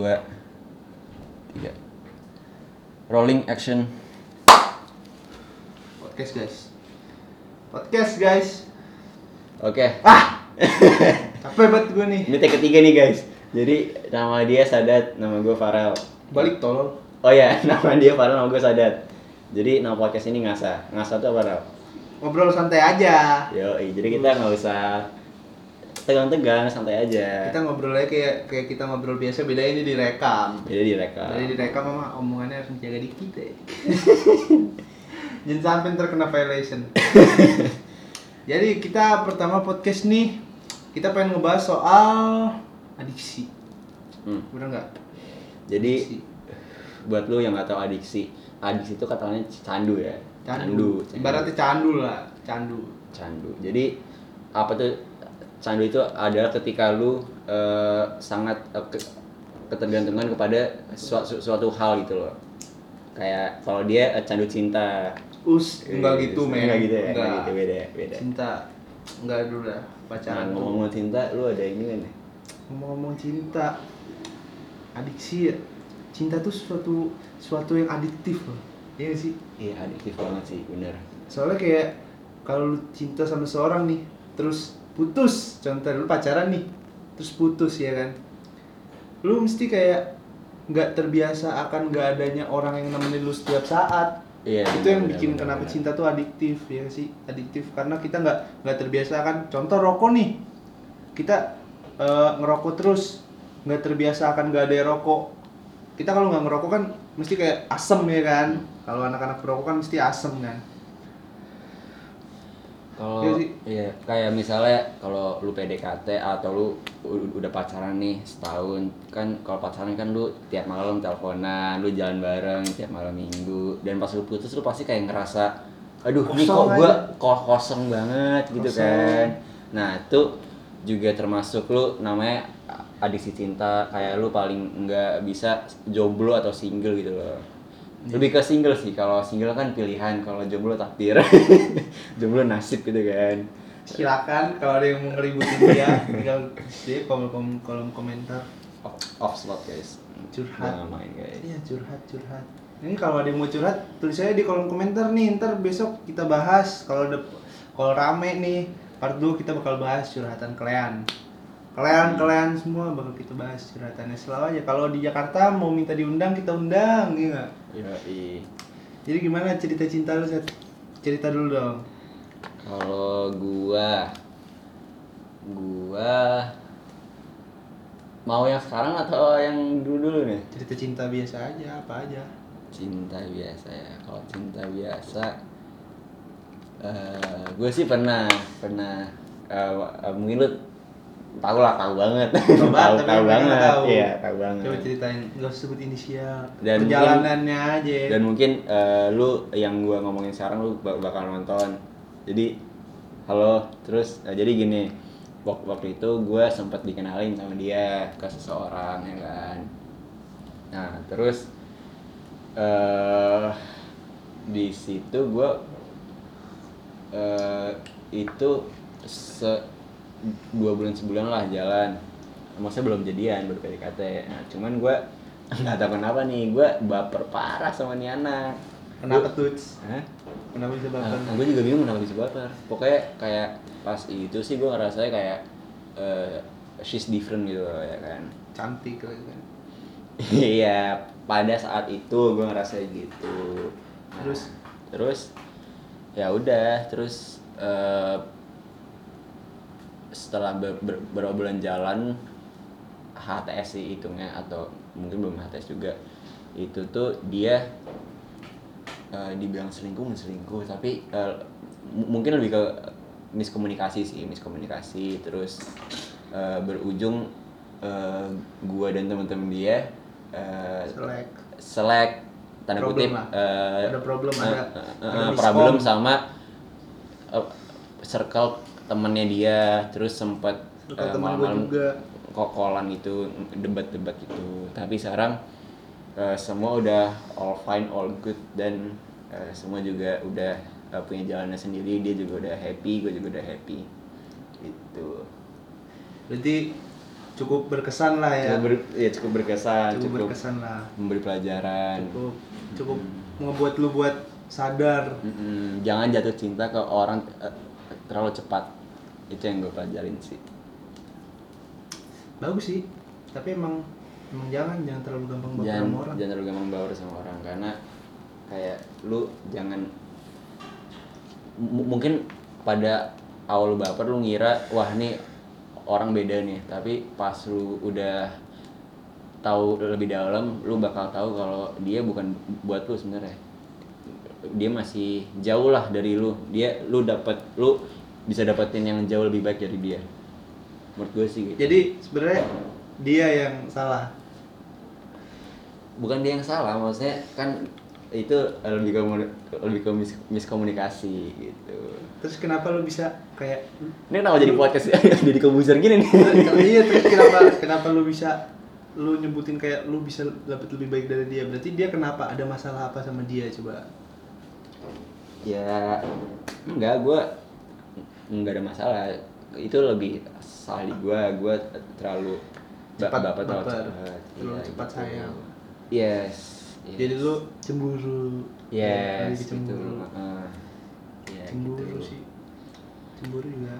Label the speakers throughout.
Speaker 1: dua tiga rolling action
Speaker 2: podcast guys podcast guys
Speaker 1: oke
Speaker 2: ah capek banget gue nih
Speaker 1: ini take ketiga nih guys jadi nama dia Sadat nama gue Farel
Speaker 2: balik tolol
Speaker 1: oh ya nama dia Farel nama gue Sadat jadi nama podcast ini ngasa ngasa tuh apa Rel?
Speaker 2: ngobrol santai aja
Speaker 1: yo jadi kita nggak usah tegang-tegang santai aja
Speaker 2: kita ngobrolnya kayak kayak kita ngobrol biasa beda ini direkam
Speaker 1: jadi direkam
Speaker 2: jadi direkam mama omongannya harus dijaga dikit ya jangan sampai ntar kena violation jadi kita pertama podcast nih kita pengen ngebahas soal adiksi
Speaker 1: Hmm.
Speaker 2: bener nggak
Speaker 1: jadi
Speaker 2: Adiksi.
Speaker 1: buat lu yang nggak tahu adiksi adiksi itu katanya candu ya
Speaker 2: candu,
Speaker 1: candu.
Speaker 2: ibaratnya candu lah candu
Speaker 1: candu jadi apa tuh candu itu adalah ketika lu eh, sangat eh, ke- ketergantungan kepada sua- su- suatu hal gitu loh kayak kalau dia eh, candu cinta Iya,
Speaker 2: us enggak gitu men
Speaker 1: enggak gitu ya enggak,
Speaker 2: Enggak.
Speaker 1: gitu beda beda
Speaker 2: cinta enggak dulu lah
Speaker 1: nah,
Speaker 2: pacaran tuh
Speaker 1: ngomong-ngomong cinta lu ada ini kan ya?
Speaker 2: ngomong-ngomong cinta adiksi ya cinta tuh suatu suatu yang adiktif loh iya nggak sih
Speaker 1: iya adiktif banget sih bener
Speaker 2: soalnya kayak kalau lu cinta sama seorang nih terus putus contoh lu pacaran nih terus putus ya kan lu mesti kayak nggak terbiasa akan nggak adanya orang yang nemenin lu setiap saat
Speaker 1: iya
Speaker 2: itu
Speaker 1: bener,
Speaker 2: yang
Speaker 1: bener,
Speaker 2: bikin
Speaker 1: bener,
Speaker 2: kenapa
Speaker 1: bener.
Speaker 2: cinta tuh adiktif ya nggak sih adiktif karena kita nggak nggak terbiasa kan contoh rokok nih kita eh, ngerokok terus nggak terbiasa akan nggak ada rokok kita kalau nggak ngerokok kan mesti kayak asem ya kan kalau anak-anak perokok kan mesti asem kan Iya
Speaker 1: kalau
Speaker 2: sih.
Speaker 1: iya kayak misalnya kalau lu PDKT atau lu u- udah pacaran nih setahun kan kalau pacaran kan lu tiap malam teleponan lu jalan bareng tiap malam minggu dan pas lu putus lu pasti kayak ngerasa aduh ini kok
Speaker 2: Kosong
Speaker 1: gua ko- kosong banget gitu
Speaker 2: Kosong.
Speaker 1: kan nah itu juga termasuk lu namanya adiksi cinta kayak lu paling nggak bisa jomblo atau single gitu loh lebih ke single sih kalau single kan pilihan kalau jomblo takdir jomblo nasib gitu kan
Speaker 2: silakan kalau ada yang mau ngeributin dia tinggal di kolom kolom- kolom komentar
Speaker 1: off, off slot guys
Speaker 2: Curhat.
Speaker 1: Jangan main guys
Speaker 2: Iya curhat curhat. Ini kalau ada yang mau curhat tulis aja di kolom komentar nih. Ntar besok kita bahas kalau ada kalau rame nih part 2 kita bakal bahas curhatan kalian. Kalian kalian semua bakal kita bahas curhatannya selalu aja. Kalau di Jakarta mau minta diundang kita undang, iya nggak?
Speaker 1: Yoi.
Speaker 2: Jadi gimana cerita cinta lu Seth? Cerita dulu dong.
Speaker 1: Kalau gua gua mau yang sekarang atau yang dulu-dulu nih?
Speaker 2: Cerita cinta biasa aja, apa aja.
Speaker 1: Cinta biasa ya. Kalau cinta biasa eh gue sih pernah pernah eh, wa- eh, mungkin lu tahu lah tahu banget
Speaker 2: Tahu
Speaker 1: tahu
Speaker 2: banget, tapi
Speaker 1: tahu
Speaker 2: mereka
Speaker 1: banget
Speaker 2: nggak tahu.
Speaker 1: iya tahu banget
Speaker 2: Coba ceritain, nggak usah sebut inisial.
Speaker 1: Dan
Speaker 2: Perjalanannya aja.
Speaker 1: dan mungkin eh, lu yang gua ngomongin sekarang lu bak- bakal nonton jadi halo terus eh, jadi gini wak- waktu itu gua sempat dikenalin sama dia ke seseorang ya kan nah terus eh di situ gua eh, itu se dua bulan sebulan lah jalan maksudnya belum jadian baru PDKT nah, cuman gua nggak tahu kenapa nih gua baper parah sama nih anak
Speaker 2: Kenapa
Speaker 1: Gua-
Speaker 2: tuh?
Speaker 1: Hah?
Speaker 2: Kenapa bisa baper?
Speaker 1: gue juga bingung kenapa bisa baper pokoknya kayak pas itu sih gue ngerasanya kayak eh, she's different gitu loh, ya kan
Speaker 2: Cantik lagi kan.
Speaker 1: iya pada saat itu gue ngerasa gitu Nah,
Speaker 2: Terus?
Speaker 1: terus ya udah terus eh, setelah ber, ber- beberapa bulan jalan HTS sih hitungnya atau mungkin belum HTS juga itu tuh dia eh, dibilang selingkuh menselingkuh tapi eh, m- mungkin lebih ke miskomunikasi sih miskomunikasi terus eh, berujung eh, gua dan teman-teman dia eh,
Speaker 2: Selek.
Speaker 1: selek tanda
Speaker 2: Problem
Speaker 1: kutip
Speaker 2: lah.
Speaker 1: eh,
Speaker 2: Ada problem,
Speaker 1: eh,
Speaker 2: ada-
Speaker 1: eh,
Speaker 2: ada
Speaker 1: eh,
Speaker 2: miskom.
Speaker 1: problem sama eh, circle temennya dia terus sempat
Speaker 2: Circle temen gua juga.
Speaker 1: kokolan gitu debat-debat gitu tapi sekarang eh, semua udah all fine all good dan eh, semua juga udah eh, punya jalannya sendiri dia juga udah happy gue juga udah happy gitu
Speaker 2: Berarti cukup berkesan lah ya
Speaker 1: Cukup ber- ya cukup berkesan,
Speaker 2: cukup,
Speaker 1: cukup,
Speaker 2: berkesan lah
Speaker 1: memberi pelajaran.
Speaker 2: cukup cukup ngebuat lu buat sadar
Speaker 1: Mm-mm, Jangan jatuh cinta ke orang eh, terlalu cepat. Itu yang gue pelajarin sih.
Speaker 2: bagus sih tapi emang emang jangan jangan terlalu gampang baper
Speaker 1: jangan
Speaker 2: sama orang
Speaker 1: jangan terlalu gampang baper sama orang karena kayak lu jangan M- mungkin pada awal lu baper lu ngira wah nih orang beda nih tapi pas lu udah tahu lebih dalam lu bakal tahu kalau dia bukan buat lu sebenarnya dia masih jauh lah dari lu dia lu dapat lu bisa dapetin yang jauh lebih baik dari dia menurut gue sih gitu.
Speaker 2: jadi sebenarnya dia yang salah
Speaker 1: bukan dia yang salah maksudnya kan itu lebih ke lebih ke mis- miskomunikasi gitu
Speaker 2: terus kenapa lu bisa kayak
Speaker 1: ini kenapa jadi podcast ya? jadi kebuser gini nih
Speaker 2: iya terus kenapa kenapa lu bisa lu nyebutin kayak lu bisa dapat lebih baik dari dia berarti dia kenapa ada masalah apa sama dia coba
Speaker 1: ya enggak gue enggak ada masalah itu lebih salah di gue gue terlalu ba-
Speaker 2: Cepat
Speaker 1: baper terlalu
Speaker 2: baper.
Speaker 1: cepat
Speaker 2: Terlalu
Speaker 1: Iya,
Speaker 2: cepat
Speaker 1: gitu.
Speaker 2: sayang.
Speaker 1: yes, yes.
Speaker 2: jadi lu cemburu
Speaker 1: yes
Speaker 2: Lagi
Speaker 1: gitu
Speaker 2: cemburu
Speaker 1: heeh. Ya,
Speaker 2: cemburu
Speaker 1: gitu.
Speaker 2: sih cemburu juga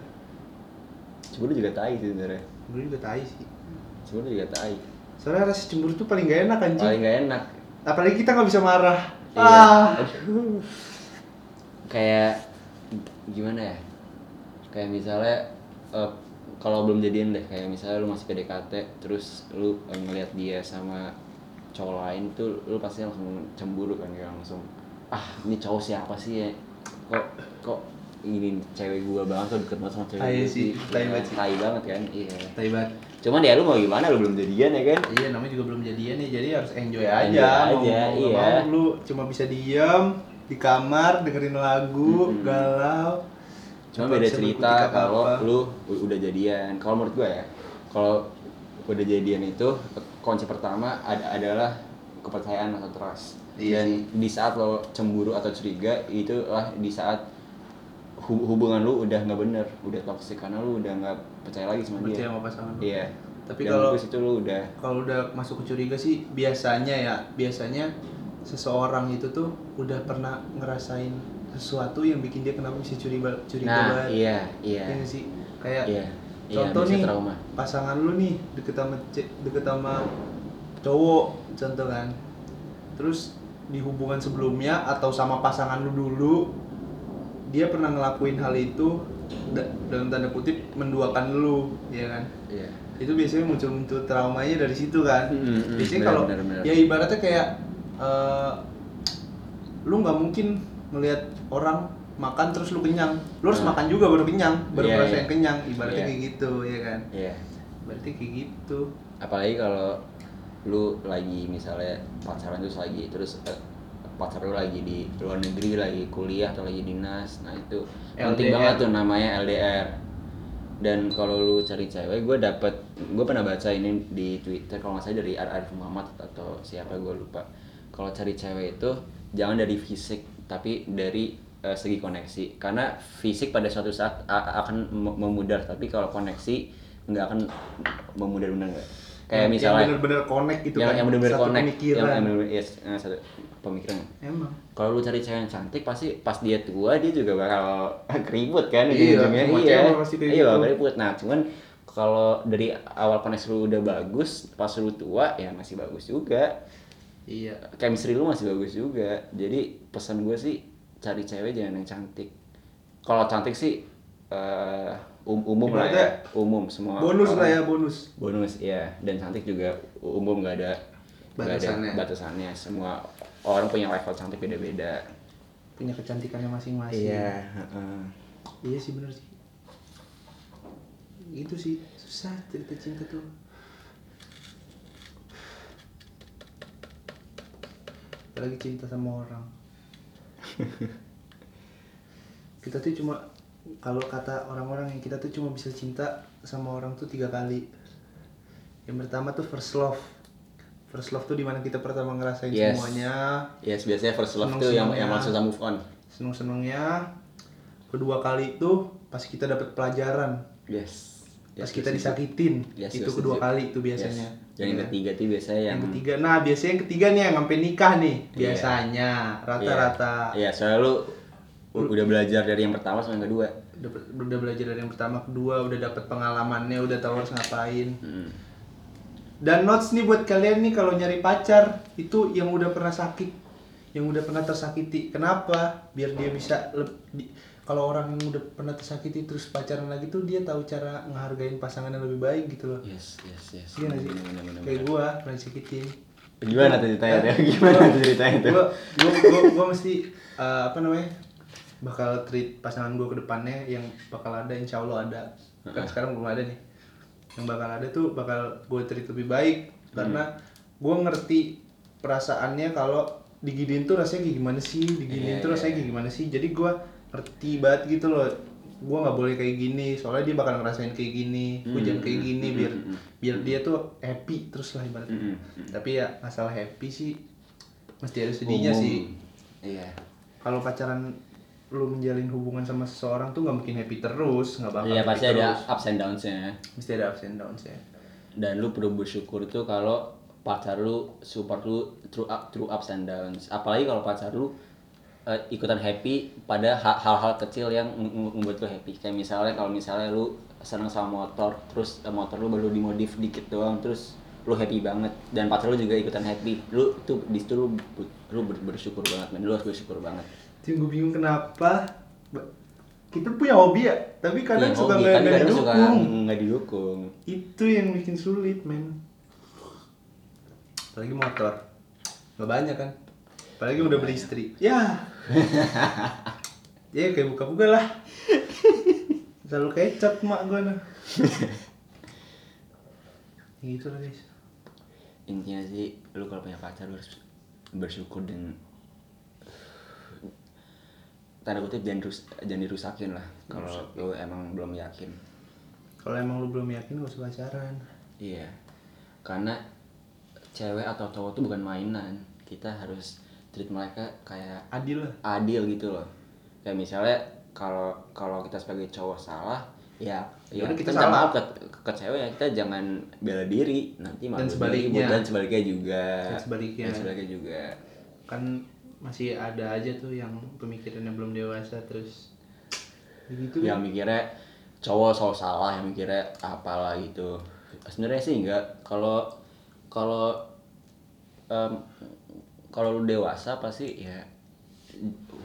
Speaker 1: cemburu juga tai sih sebenarnya
Speaker 2: cemburu juga tai sih
Speaker 1: cemburu juga tai
Speaker 2: soalnya rasa cemburu tuh paling gak enak anjing
Speaker 1: paling gak enak
Speaker 2: apalagi kita nggak bisa marah
Speaker 1: Iya.
Speaker 2: ah
Speaker 1: Aduh. Kayak gimana ya? Kayak misalnya eh, kalau belum jadian deh, kayak misalnya lu masih PDKT terus lu eh, ngeliat dia sama cowok lain tuh lu pasti langsung cemburu kan kayak langsung ah ini cowok siapa sih ya kok kok ini cewek gua banget kok deket banget sama cewek
Speaker 2: Tai
Speaker 1: gua
Speaker 2: sih, tai
Speaker 1: Iya,
Speaker 2: banget sih.
Speaker 1: tai banget kan iya
Speaker 2: tai banget
Speaker 1: cuman ya lu mau gimana lu belum jadian ya kan
Speaker 2: iya namanya juga belum jadian ya jadi harus enjoy aja
Speaker 1: Enjoy
Speaker 2: mau,
Speaker 1: aja,
Speaker 2: mau nggak
Speaker 1: iya.
Speaker 2: mau, lu cuma bisa diem di kamar dengerin lagu
Speaker 1: Mm-mm.
Speaker 2: galau
Speaker 1: cuma
Speaker 2: Nggak
Speaker 1: beda
Speaker 2: bisa
Speaker 1: cerita
Speaker 2: berkutik
Speaker 1: kalau
Speaker 2: apa-apa.
Speaker 1: lu u- udah jadian kalau menurut gue ya kalau udah jadian itu kunci pertama ad- adalah kepercayaan atau trust
Speaker 2: Iya
Speaker 1: dan
Speaker 2: sih.
Speaker 1: di saat lo cemburu atau curiga itu lah di saat hub- hubungan lu udah nggak bener udah toksik karena lu udah nggak percaya lagi sama
Speaker 2: percaya
Speaker 1: dia
Speaker 2: sama pasangan lu.
Speaker 1: iya
Speaker 2: Tapi
Speaker 1: Dan
Speaker 2: kalau-
Speaker 1: bagus itu lu udah
Speaker 2: kalau udah masuk ke curiga sih biasanya ya biasanya seseorang itu tuh udah pernah ngerasain sesuatu yang bikin dia kenapa bisa curiga curiga
Speaker 1: nah
Speaker 2: banget
Speaker 1: iya iya
Speaker 2: Iya nggak sih kayak
Speaker 1: iya iya
Speaker 2: Contoh
Speaker 1: bisa
Speaker 2: nih,
Speaker 1: trauma
Speaker 2: pasangan lu nih deket sama ce- deket sama cowok contoh kan terus di hubungan sebelumnya atau sama pasangan lu dulu dia pernah ngelakuin hal itu da- dalam tanda kutip menduakan lu ya kan
Speaker 1: iya
Speaker 2: itu biasanya muncul-muncul traumanya dari situ kan
Speaker 1: Mm, mm,
Speaker 2: biasanya
Speaker 1: benar,
Speaker 2: kalau
Speaker 1: benar, benar.
Speaker 2: ya ibaratnya kayak eh, lu nggak mungkin ngelihat orang makan terus lu kenyang lu harus
Speaker 1: Nah.
Speaker 2: makan juga baru kenyang baru
Speaker 1: Iya,
Speaker 2: merasa
Speaker 1: iya.
Speaker 2: yang kenyang ibaratnya
Speaker 1: Iya.
Speaker 2: kayak gitu ya kan
Speaker 1: iya
Speaker 2: berarti kayak gitu
Speaker 1: apalagi kalau lu lagi misalnya pacaran terus lagi terus eh, pacar lu lagi di luar negeri lagi kuliah atau lagi dinas nah itu penting
Speaker 2: LDR.
Speaker 1: banget tuh namanya LDR dan kalau lu cari cewek gue dapet gue pernah baca ini di Twitter kalau nggak salah dari Ar Arif Muhammad atau siapa gue lupa kalau cari cewek itu jangan dari fisik tapi dari eh, segi koneksi karena fisik pada suatu saat a- akan mem- memudar tapi kalau koneksi nggak akan memudar benar nggak kayak
Speaker 2: Yang-
Speaker 1: misalnya
Speaker 2: yang bener-bener connect gitu
Speaker 1: yang,
Speaker 2: kan
Speaker 1: yang benar-benar
Speaker 2: satu
Speaker 1: connect
Speaker 2: pemikiran
Speaker 1: yang, yang benar-benar yes, eh, satu pemikiran
Speaker 2: emang
Speaker 1: kalau lu cari cewek yang cantik pasti pas dia tua dia juga bakal keribut kan
Speaker 2: Iya,
Speaker 1: ujung-ujungnya.
Speaker 2: semua
Speaker 1: iya
Speaker 2: cewek pasti kayak
Speaker 1: iya bakal
Speaker 2: gitu.
Speaker 1: keribut nah cuman kalau dari awal koneksi lu udah bagus pas lu tua ya masih bagus juga
Speaker 2: iya
Speaker 1: chemistry lu masih bagus juga jadi pesan gue sih cari cewek jangan yang cantik kalau cantik sih eh, um- umum lah ya
Speaker 2: Ibaratnya
Speaker 1: umum semua
Speaker 2: bonus
Speaker 1: orang-
Speaker 2: lah ya bonus
Speaker 1: bonus ya dan cantik juga umum nggak ada nggak ada
Speaker 2: Batasannya.
Speaker 1: batasannya semua orang punya level cantik beda-beda
Speaker 2: punya kecantikannya masing-masing
Speaker 1: Iya, heeh.
Speaker 2: iya sih bener sih itu sih susah cerita cinta tuh apalagi cinta sama orang kita tuh cuma kalau kata orang-orang yang kita tuh cuma bisa cinta sama orang tuh tiga kali yang pertama tuh first love first love tuh dimana kita pertama ngerasain
Speaker 1: Yes.
Speaker 2: semuanya
Speaker 1: yes biasanya first love
Speaker 2: Senang
Speaker 1: tuh yang
Speaker 2: senangnya.
Speaker 1: yang langsung sama move on
Speaker 2: seneng senengnya kedua kali itu pas kita dapat pelajaran
Speaker 1: yes
Speaker 2: pas
Speaker 1: Yes,
Speaker 2: kita
Speaker 1: yes, yes.
Speaker 2: disakitin
Speaker 1: Yes,
Speaker 2: itu
Speaker 1: yes,
Speaker 2: kedua
Speaker 1: yes.
Speaker 2: kali itu
Speaker 1: Yes.
Speaker 2: biasanya
Speaker 1: Dan yang
Speaker 2: Iya.
Speaker 1: ketiga tuh biasanya yang,
Speaker 2: yang ketiga nah biasanya yang ketiga nih yang sampai nikah nih
Speaker 1: Iya.
Speaker 2: biasanya rata-rata
Speaker 1: Iya, soalnya lu u- udah belajar dari yang pertama sama yang kedua.
Speaker 2: udah, udah belajar dari yang pertama kedua udah dapet pengalamannya udah tahu harus ngapain
Speaker 1: Hmm.
Speaker 2: Dan notes nih buat kalian nih kalau nyari pacar itu yang udah pernah sakit, yang udah pernah tersakiti. Kenapa? Biar dia bisa leb- di- kalau orang yang udah pernah tersakiti terus pacaran lagi tuh dia tahu cara ngehargain pasangan yang lebih baik gitu loh.
Speaker 1: Yes, yes, yes.
Speaker 2: Iya nggak sih?
Speaker 1: Bener, bener, bener,
Speaker 2: Kayak
Speaker 1: bener.
Speaker 2: gua pernah disakitin.
Speaker 1: Gimana tuh ceritanya tuh? Gimana tuh ceritanya tuh?
Speaker 2: Gua gua gua, gua mesti eh, apa namanya? bakal treat pasangan gua ke depannya yang bakal ada insya Allah ada. Kan sekarang belum ada nih. Yang bakal ada tuh bakal gua treat lebih baik
Speaker 1: Hmm.
Speaker 2: karena gua ngerti perasaannya kalau diginiin tuh rasanya kayak gimana sih, diginiin
Speaker 1: Iya,
Speaker 2: tuh
Speaker 1: iya,
Speaker 2: rasanya kayak gimana sih. Jadi gua ngerti banget gitu loh. Gua nggak boleh kayak gini, soalnya dia bakal ngerasain kayak gini, gua
Speaker 1: Hmm,
Speaker 2: jangan kayak
Speaker 1: hmm,
Speaker 2: gini
Speaker 1: hmm,
Speaker 2: biar
Speaker 1: hmm, hmm.
Speaker 2: biar dia tuh happy terus lah ibaratnya.
Speaker 1: Mm-mm.
Speaker 2: Tapi ya masalah happy sih mesti ada sedihnya
Speaker 1: Umum.
Speaker 2: sih.
Speaker 1: Iya.
Speaker 2: Kalau pacaran lu menjalin hubungan sama seseorang tuh nggak mungkin happy terus, nggak bakal
Speaker 1: Iya
Speaker 2: happy
Speaker 1: pasti ada
Speaker 2: terus.
Speaker 1: ups and downs-nya.
Speaker 2: Mesti ada ups and downs ya.
Speaker 1: Dan lu perlu bersyukur tuh kalau pacar lu support lu through up through ups and downs. Apalagi kalau pacar lu eh, ikutan happy pada ha- hal-hal kecil yang m- m- membuat lu happy. Kayak misalnya kalau misalnya lu seneng sama motor, terus eh, motor lu baru dimodif dikit doang, terus lu happy banget dan pacar lu juga ikutan happy. Lu tuh di situ lu, lu ber- bersyukur banget, men. Lu harus bersyukur banget.
Speaker 2: Tim gue bingung kenapa ba- kita punya hobi ya, tapi kadang
Speaker 1: Iya,
Speaker 2: suka
Speaker 1: hobi.
Speaker 2: nggak
Speaker 1: Tapi
Speaker 2: nggak
Speaker 1: kadang suka
Speaker 2: didukung.
Speaker 1: nggak didukung.
Speaker 2: Itu yang bikin sulit men. Apalagi motor, nggak banyak kan? Apalagi udah beristri. Ya. ya kayak buka-buka lah. Selalu kecap mak gue nah. gitu lah guys.
Speaker 1: intinya sih lu kalau punya pacar lu harus bersyukur dan tanda kutip jangan rus jangan dirusakin lah kalau lu emang belum yakin
Speaker 2: Kalau emang lu belum yakin gak usah pacaran.
Speaker 1: iya karena cewek atau cowok tuh bukan mainan kita harus treat mereka kayak
Speaker 2: Adil lah.
Speaker 1: adil gitu loh kayak misalnya kalau kalau kita sebagai cowok salah ya ya
Speaker 2: Yaudah,
Speaker 1: kita,
Speaker 2: kita
Speaker 1: minta
Speaker 2: salah.
Speaker 1: maaf ke, ke cewek ya kita jangan bela diri nanti malah
Speaker 2: Dan sebaliknya.
Speaker 1: ribut. dan sebaliknya juga
Speaker 2: Dan sebaliknya.
Speaker 1: Dan sebaliknya juga
Speaker 2: Kan masih ada aja tuh yang pemikirannya belum dewasa terus begitu
Speaker 1: yang mikirnya cowok selalu salah yang mikirnya apalah gitu sebenarnya sih enggak kalau kalau em, kalau lu dewasa pasti ya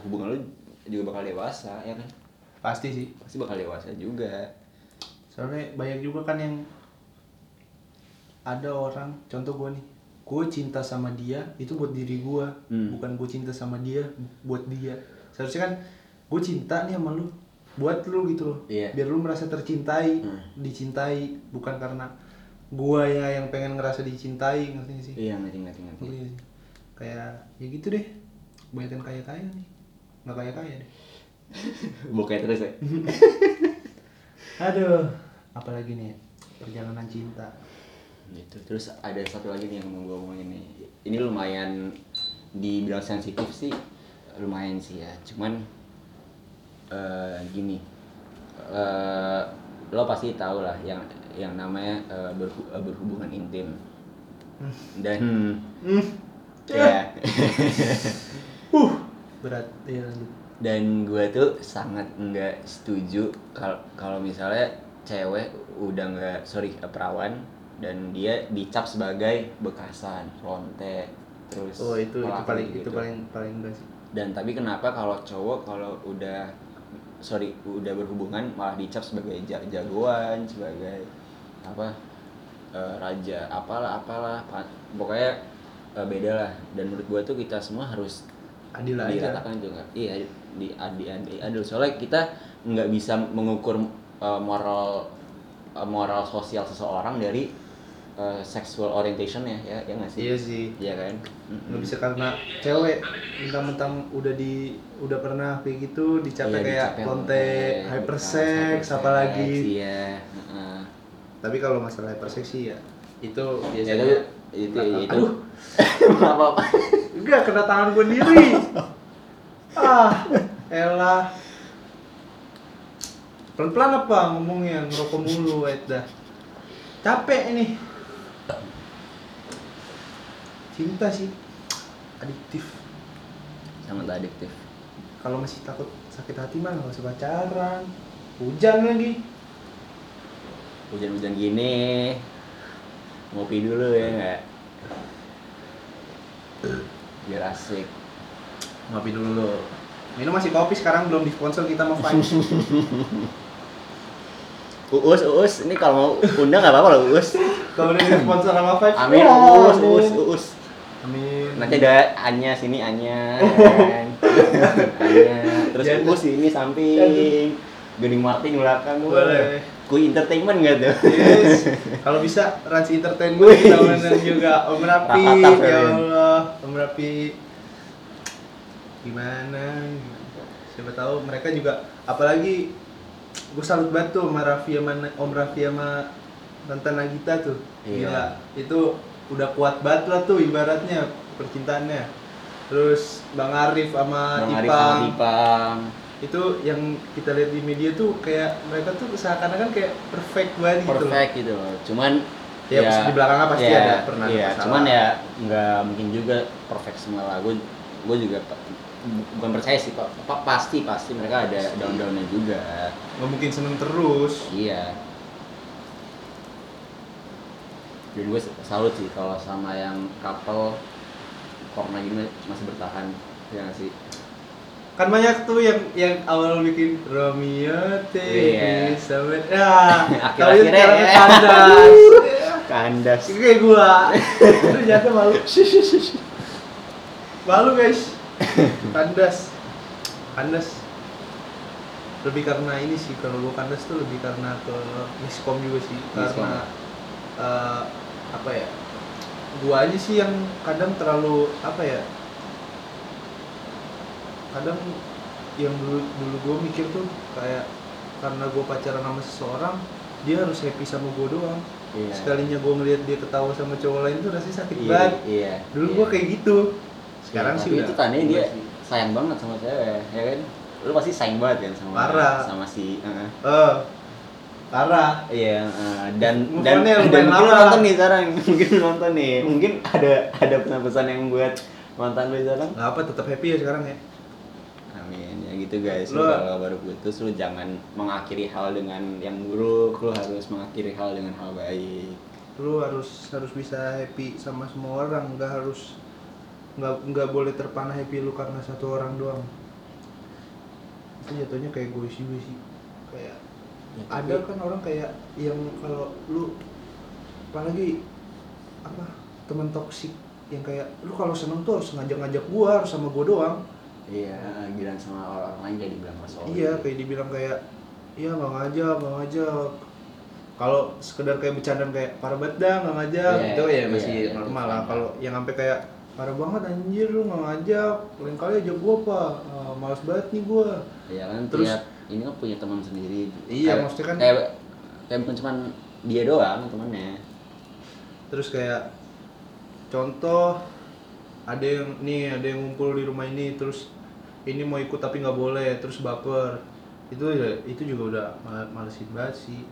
Speaker 1: hubungan lu juga bakal dewasa ya kan
Speaker 2: pasti sih
Speaker 1: pasti bakal dewasa juga
Speaker 2: soalnya banyak juga kan yang ada orang contoh gue nih gue cinta sama dia itu buat diri gue
Speaker 1: Hmm.
Speaker 2: bukan gue cinta sama dia buat dia seharusnya kan gue cinta nih sama lu buat lu gitu loh
Speaker 1: Iya.
Speaker 2: biar lu merasa tercintai
Speaker 1: Hmm.
Speaker 2: dicintai bukan karena gue ya yang pengen ngerasa dicintai ngerti nggak sih
Speaker 1: Iya ngerti ngerti ngerti.
Speaker 2: Ngerti nggak sih? kayak ya gitu deh banyak yang kaya kaya nih nggak kaya kaya deh
Speaker 1: Bokeh terus ya.
Speaker 2: aduh apalagi nih ya? perjalanan cinta
Speaker 1: gitu. Terus ada satu lagi nih yang mau gue omongin nih. Ini lumayan dibilang sensitif sih, lumayan sih ya. Cuman eh, gini, Eh, lo pasti tahu lah yang yang namanya eh, berhu- eh, berhubungan intim dan
Speaker 2: Hmm.
Speaker 1: ya
Speaker 2: Uh, berat ya lanjut.
Speaker 1: dan gue tuh sangat nggak setuju kalau kalau misalnya cewek udah nggak sorry eh, perawan dan dia dicap sebagai bekasan lonte terus
Speaker 2: Oh itu itu
Speaker 1: pelaku
Speaker 2: paling itu
Speaker 1: gitu.
Speaker 2: paling paling enggak sih.
Speaker 1: dan tapi kenapa kalau cowok kalau udah sorry udah berhubungan malah dicap sebagai ja- jagoan sebagai apa eh, raja apalah apalah pa- pokoknya eh, beda lah dan menurut gue tuh kita semua harus
Speaker 2: Adil aja.
Speaker 1: diratakan juga iya di adi adi adil soalnya kita nggak bisa mengukur uh, moral uh, moral sosial seseorang dari uh, sexual orientationnya ya ya nggak sih
Speaker 2: Iya sih.
Speaker 1: Iya kan Mm-mm.
Speaker 2: Nggak bisa karena cewek mentang-mentang udah di udah pernah kayak gitu
Speaker 1: Iya,
Speaker 2: dicapai kayak
Speaker 1: dicapai
Speaker 2: lonte
Speaker 1: lonte,
Speaker 2: hypersex
Speaker 1: hypersex,
Speaker 2: apalagi.
Speaker 1: iya heeh.
Speaker 2: Tapi kalau masalah hypersex sih ya itu
Speaker 1: ya
Speaker 2: biasanya
Speaker 1: itu itu itu
Speaker 2: Aduh.
Speaker 1: apa apa
Speaker 2: enggak kena tangan gue sendiri. ah, elah. Pelan-pelan apa ngomongnya, ngerokok mulu, wet dah. Capek nih. Cinta sih, adiktif.
Speaker 1: sangat adiktif
Speaker 2: Kalau masih takut sakit hati mah nggak usah pacaran. Hujan lagi.
Speaker 1: hujan-hujan gini ngopi dulu ya nggak biar asik
Speaker 2: Ngopi dulu. Minum masih kopi sekarang belum disponsor kita sama Vine.
Speaker 1: uus uus ini kalau mau undang nggak apa-apa loh uus
Speaker 2: Kalau udah disponsor sama Vine.
Speaker 1: amin
Speaker 2: wah,
Speaker 1: uus
Speaker 2: Iya, amin.
Speaker 1: uus uus
Speaker 2: Amin.
Speaker 1: nanti ada anya sini anya kan. anya terus
Speaker 2: Jadi-
Speaker 1: uus sini samping Gening Martin belakang
Speaker 2: Iya, Boleh.
Speaker 1: Kui entertainment nggak tuh?
Speaker 2: Yes. Kalau bisa Ransi Entertainment kita menang juga Om Rapi.
Speaker 1: Rakatap,
Speaker 2: ya
Speaker 1: kalian.
Speaker 2: Allah, Om Rapi. Gimana? Siapa tahu mereka juga apalagi gue salut banget tuh sama Raffi sama Om Raffi sama Tante Nagita tuh.
Speaker 1: Iya.
Speaker 2: Gila, itu udah kuat banget lah tuh ibaratnya percintaannya. Terus Bang Arif sama
Speaker 1: Bang Arif sama
Speaker 2: Tipang
Speaker 1: Tipang.
Speaker 2: itu yang kita lihat di media tuh kayak mereka tuh seakan-akan kayak perfect banget gitu. loh.
Speaker 1: perfect gitu loh. Cuman
Speaker 2: Ya, pasti di belakangnya pasti ada pernah ada
Speaker 1: Iya,
Speaker 2: masalah.
Speaker 1: cuman ya nggak mungkin juga perfect semua lah. Gue gue juga pe- bukan percaya sih pak Pa- pasti pasti mereka ada
Speaker 2: Pasti.
Speaker 1: down downnya juga
Speaker 2: nggak mungkin seneng terus
Speaker 1: iya dan gue salut sih kalau sama yang couple corona gini masih bertahan ya nggak sih
Speaker 2: kan banyak tuh yang yang awal bikin Romeo
Speaker 1: Iya.
Speaker 2: Teddy sampai ah
Speaker 1: Akhir-akhirnya
Speaker 2: sekarang
Speaker 1: ya.
Speaker 2: kandas Ah,
Speaker 1: kandas
Speaker 2: Itu kayak gua itu jatuh malu malu guys kandas kandas lebih karena ini sih kalau gua kandas tuh lebih karena ke miskom juga sih karena eh, apa ya gua aja sih yang kadang terlalu apa ya kadang yang dulu dulu gue mikir tuh kayak karena gue pacaran sama seseorang dia harus happy sama gue doang
Speaker 1: Iya.
Speaker 2: sekalinya gue ngeliat dia ketawa sama cowok lain tuh rasanya sakit
Speaker 1: iya,
Speaker 2: banget
Speaker 1: iya
Speaker 2: dulu
Speaker 1: iya.
Speaker 2: gue kayak gitu sekarang
Speaker 1: Iya,
Speaker 2: sih
Speaker 1: tapi
Speaker 2: udah
Speaker 1: itu tandanya
Speaker 2: enggak
Speaker 1: dia
Speaker 2: sih.
Speaker 1: sayang banget sama cewek ya kan lu pasti sayang banget kan sama
Speaker 2: Parah.
Speaker 1: sama si eh,
Speaker 2: eh parah
Speaker 1: iya eh, dan
Speaker 2: Move
Speaker 1: dan
Speaker 2: on-nya
Speaker 1: dan mungkin
Speaker 2: lumayan
Speaker 1: lu
Speaker 2: lama.
Speaker 1: nonton nih sekarang mungkin lu nonton nih mungkin ada ada pesan-pesan yang buat mantan lu sekarang
Speaker 2: nggak apa tetap happy ya sekarang ya
Speaker 1: amin ya gitu guys lu
Speaker 2: Lu-
Speaker 1: kalau baru putus lu jangan mengakhiri hal dengan yang buruk lu harus mengakhiri hal dengan hal baik
Speaker 2: lu harus harus bisa happy sama semua orang nggak harus nggak nggak boleh terpana happy lu karena satu orang doang itu jatuhnya kayak gue sih gue sih kayak
Speaker 1: Ya,
Speaker 2: ada
Speaker 1: tapi-
Speaker 2: kan orang kayak yang kalau lu apalagi apa teman toksik yang kayak lu kalau seneng tuh harus ngajak-ngajak gua harus sama gua doang
Speaker 1: iya bilang sama orang lain kayak dibilang mas Oli.
Speaker 2: iya kayak dibilang kayak iya bang aja bang aja kalau sekedar kayak bercandaan kayak parah banget dah bang aja
Speaker 1: Iya,
Speaker 2: itu ya masih
Speaker 1: iya, iya,
Speaker 2: normal
Speaker 1: itu
Speaker 2: lah
Speaker 1: sama.
Speaker 2: kalau yang sampai kayak parah banget anjir lu nggak ngajak lain kali aja gua apa Ah, males banget nih gua
Speaker 1: Iya kan
Speaker 2: Terus-
Speaker 1: tiap ini kan punya teman sendiri.
Speaker 2: Iya,
Speaker 1: Kayak-
Speaker 2: maksudnya kan-
Speaker 1: kayak kayak bukan cuman dia doang temannya.
Speaker 2: terus kayak contoh ada yang nih ada yang ngumpul di rumah ini terus ini mau ikut tapi nggak boleh terus baper itu ya- itu juga udah mal- malesin banget sih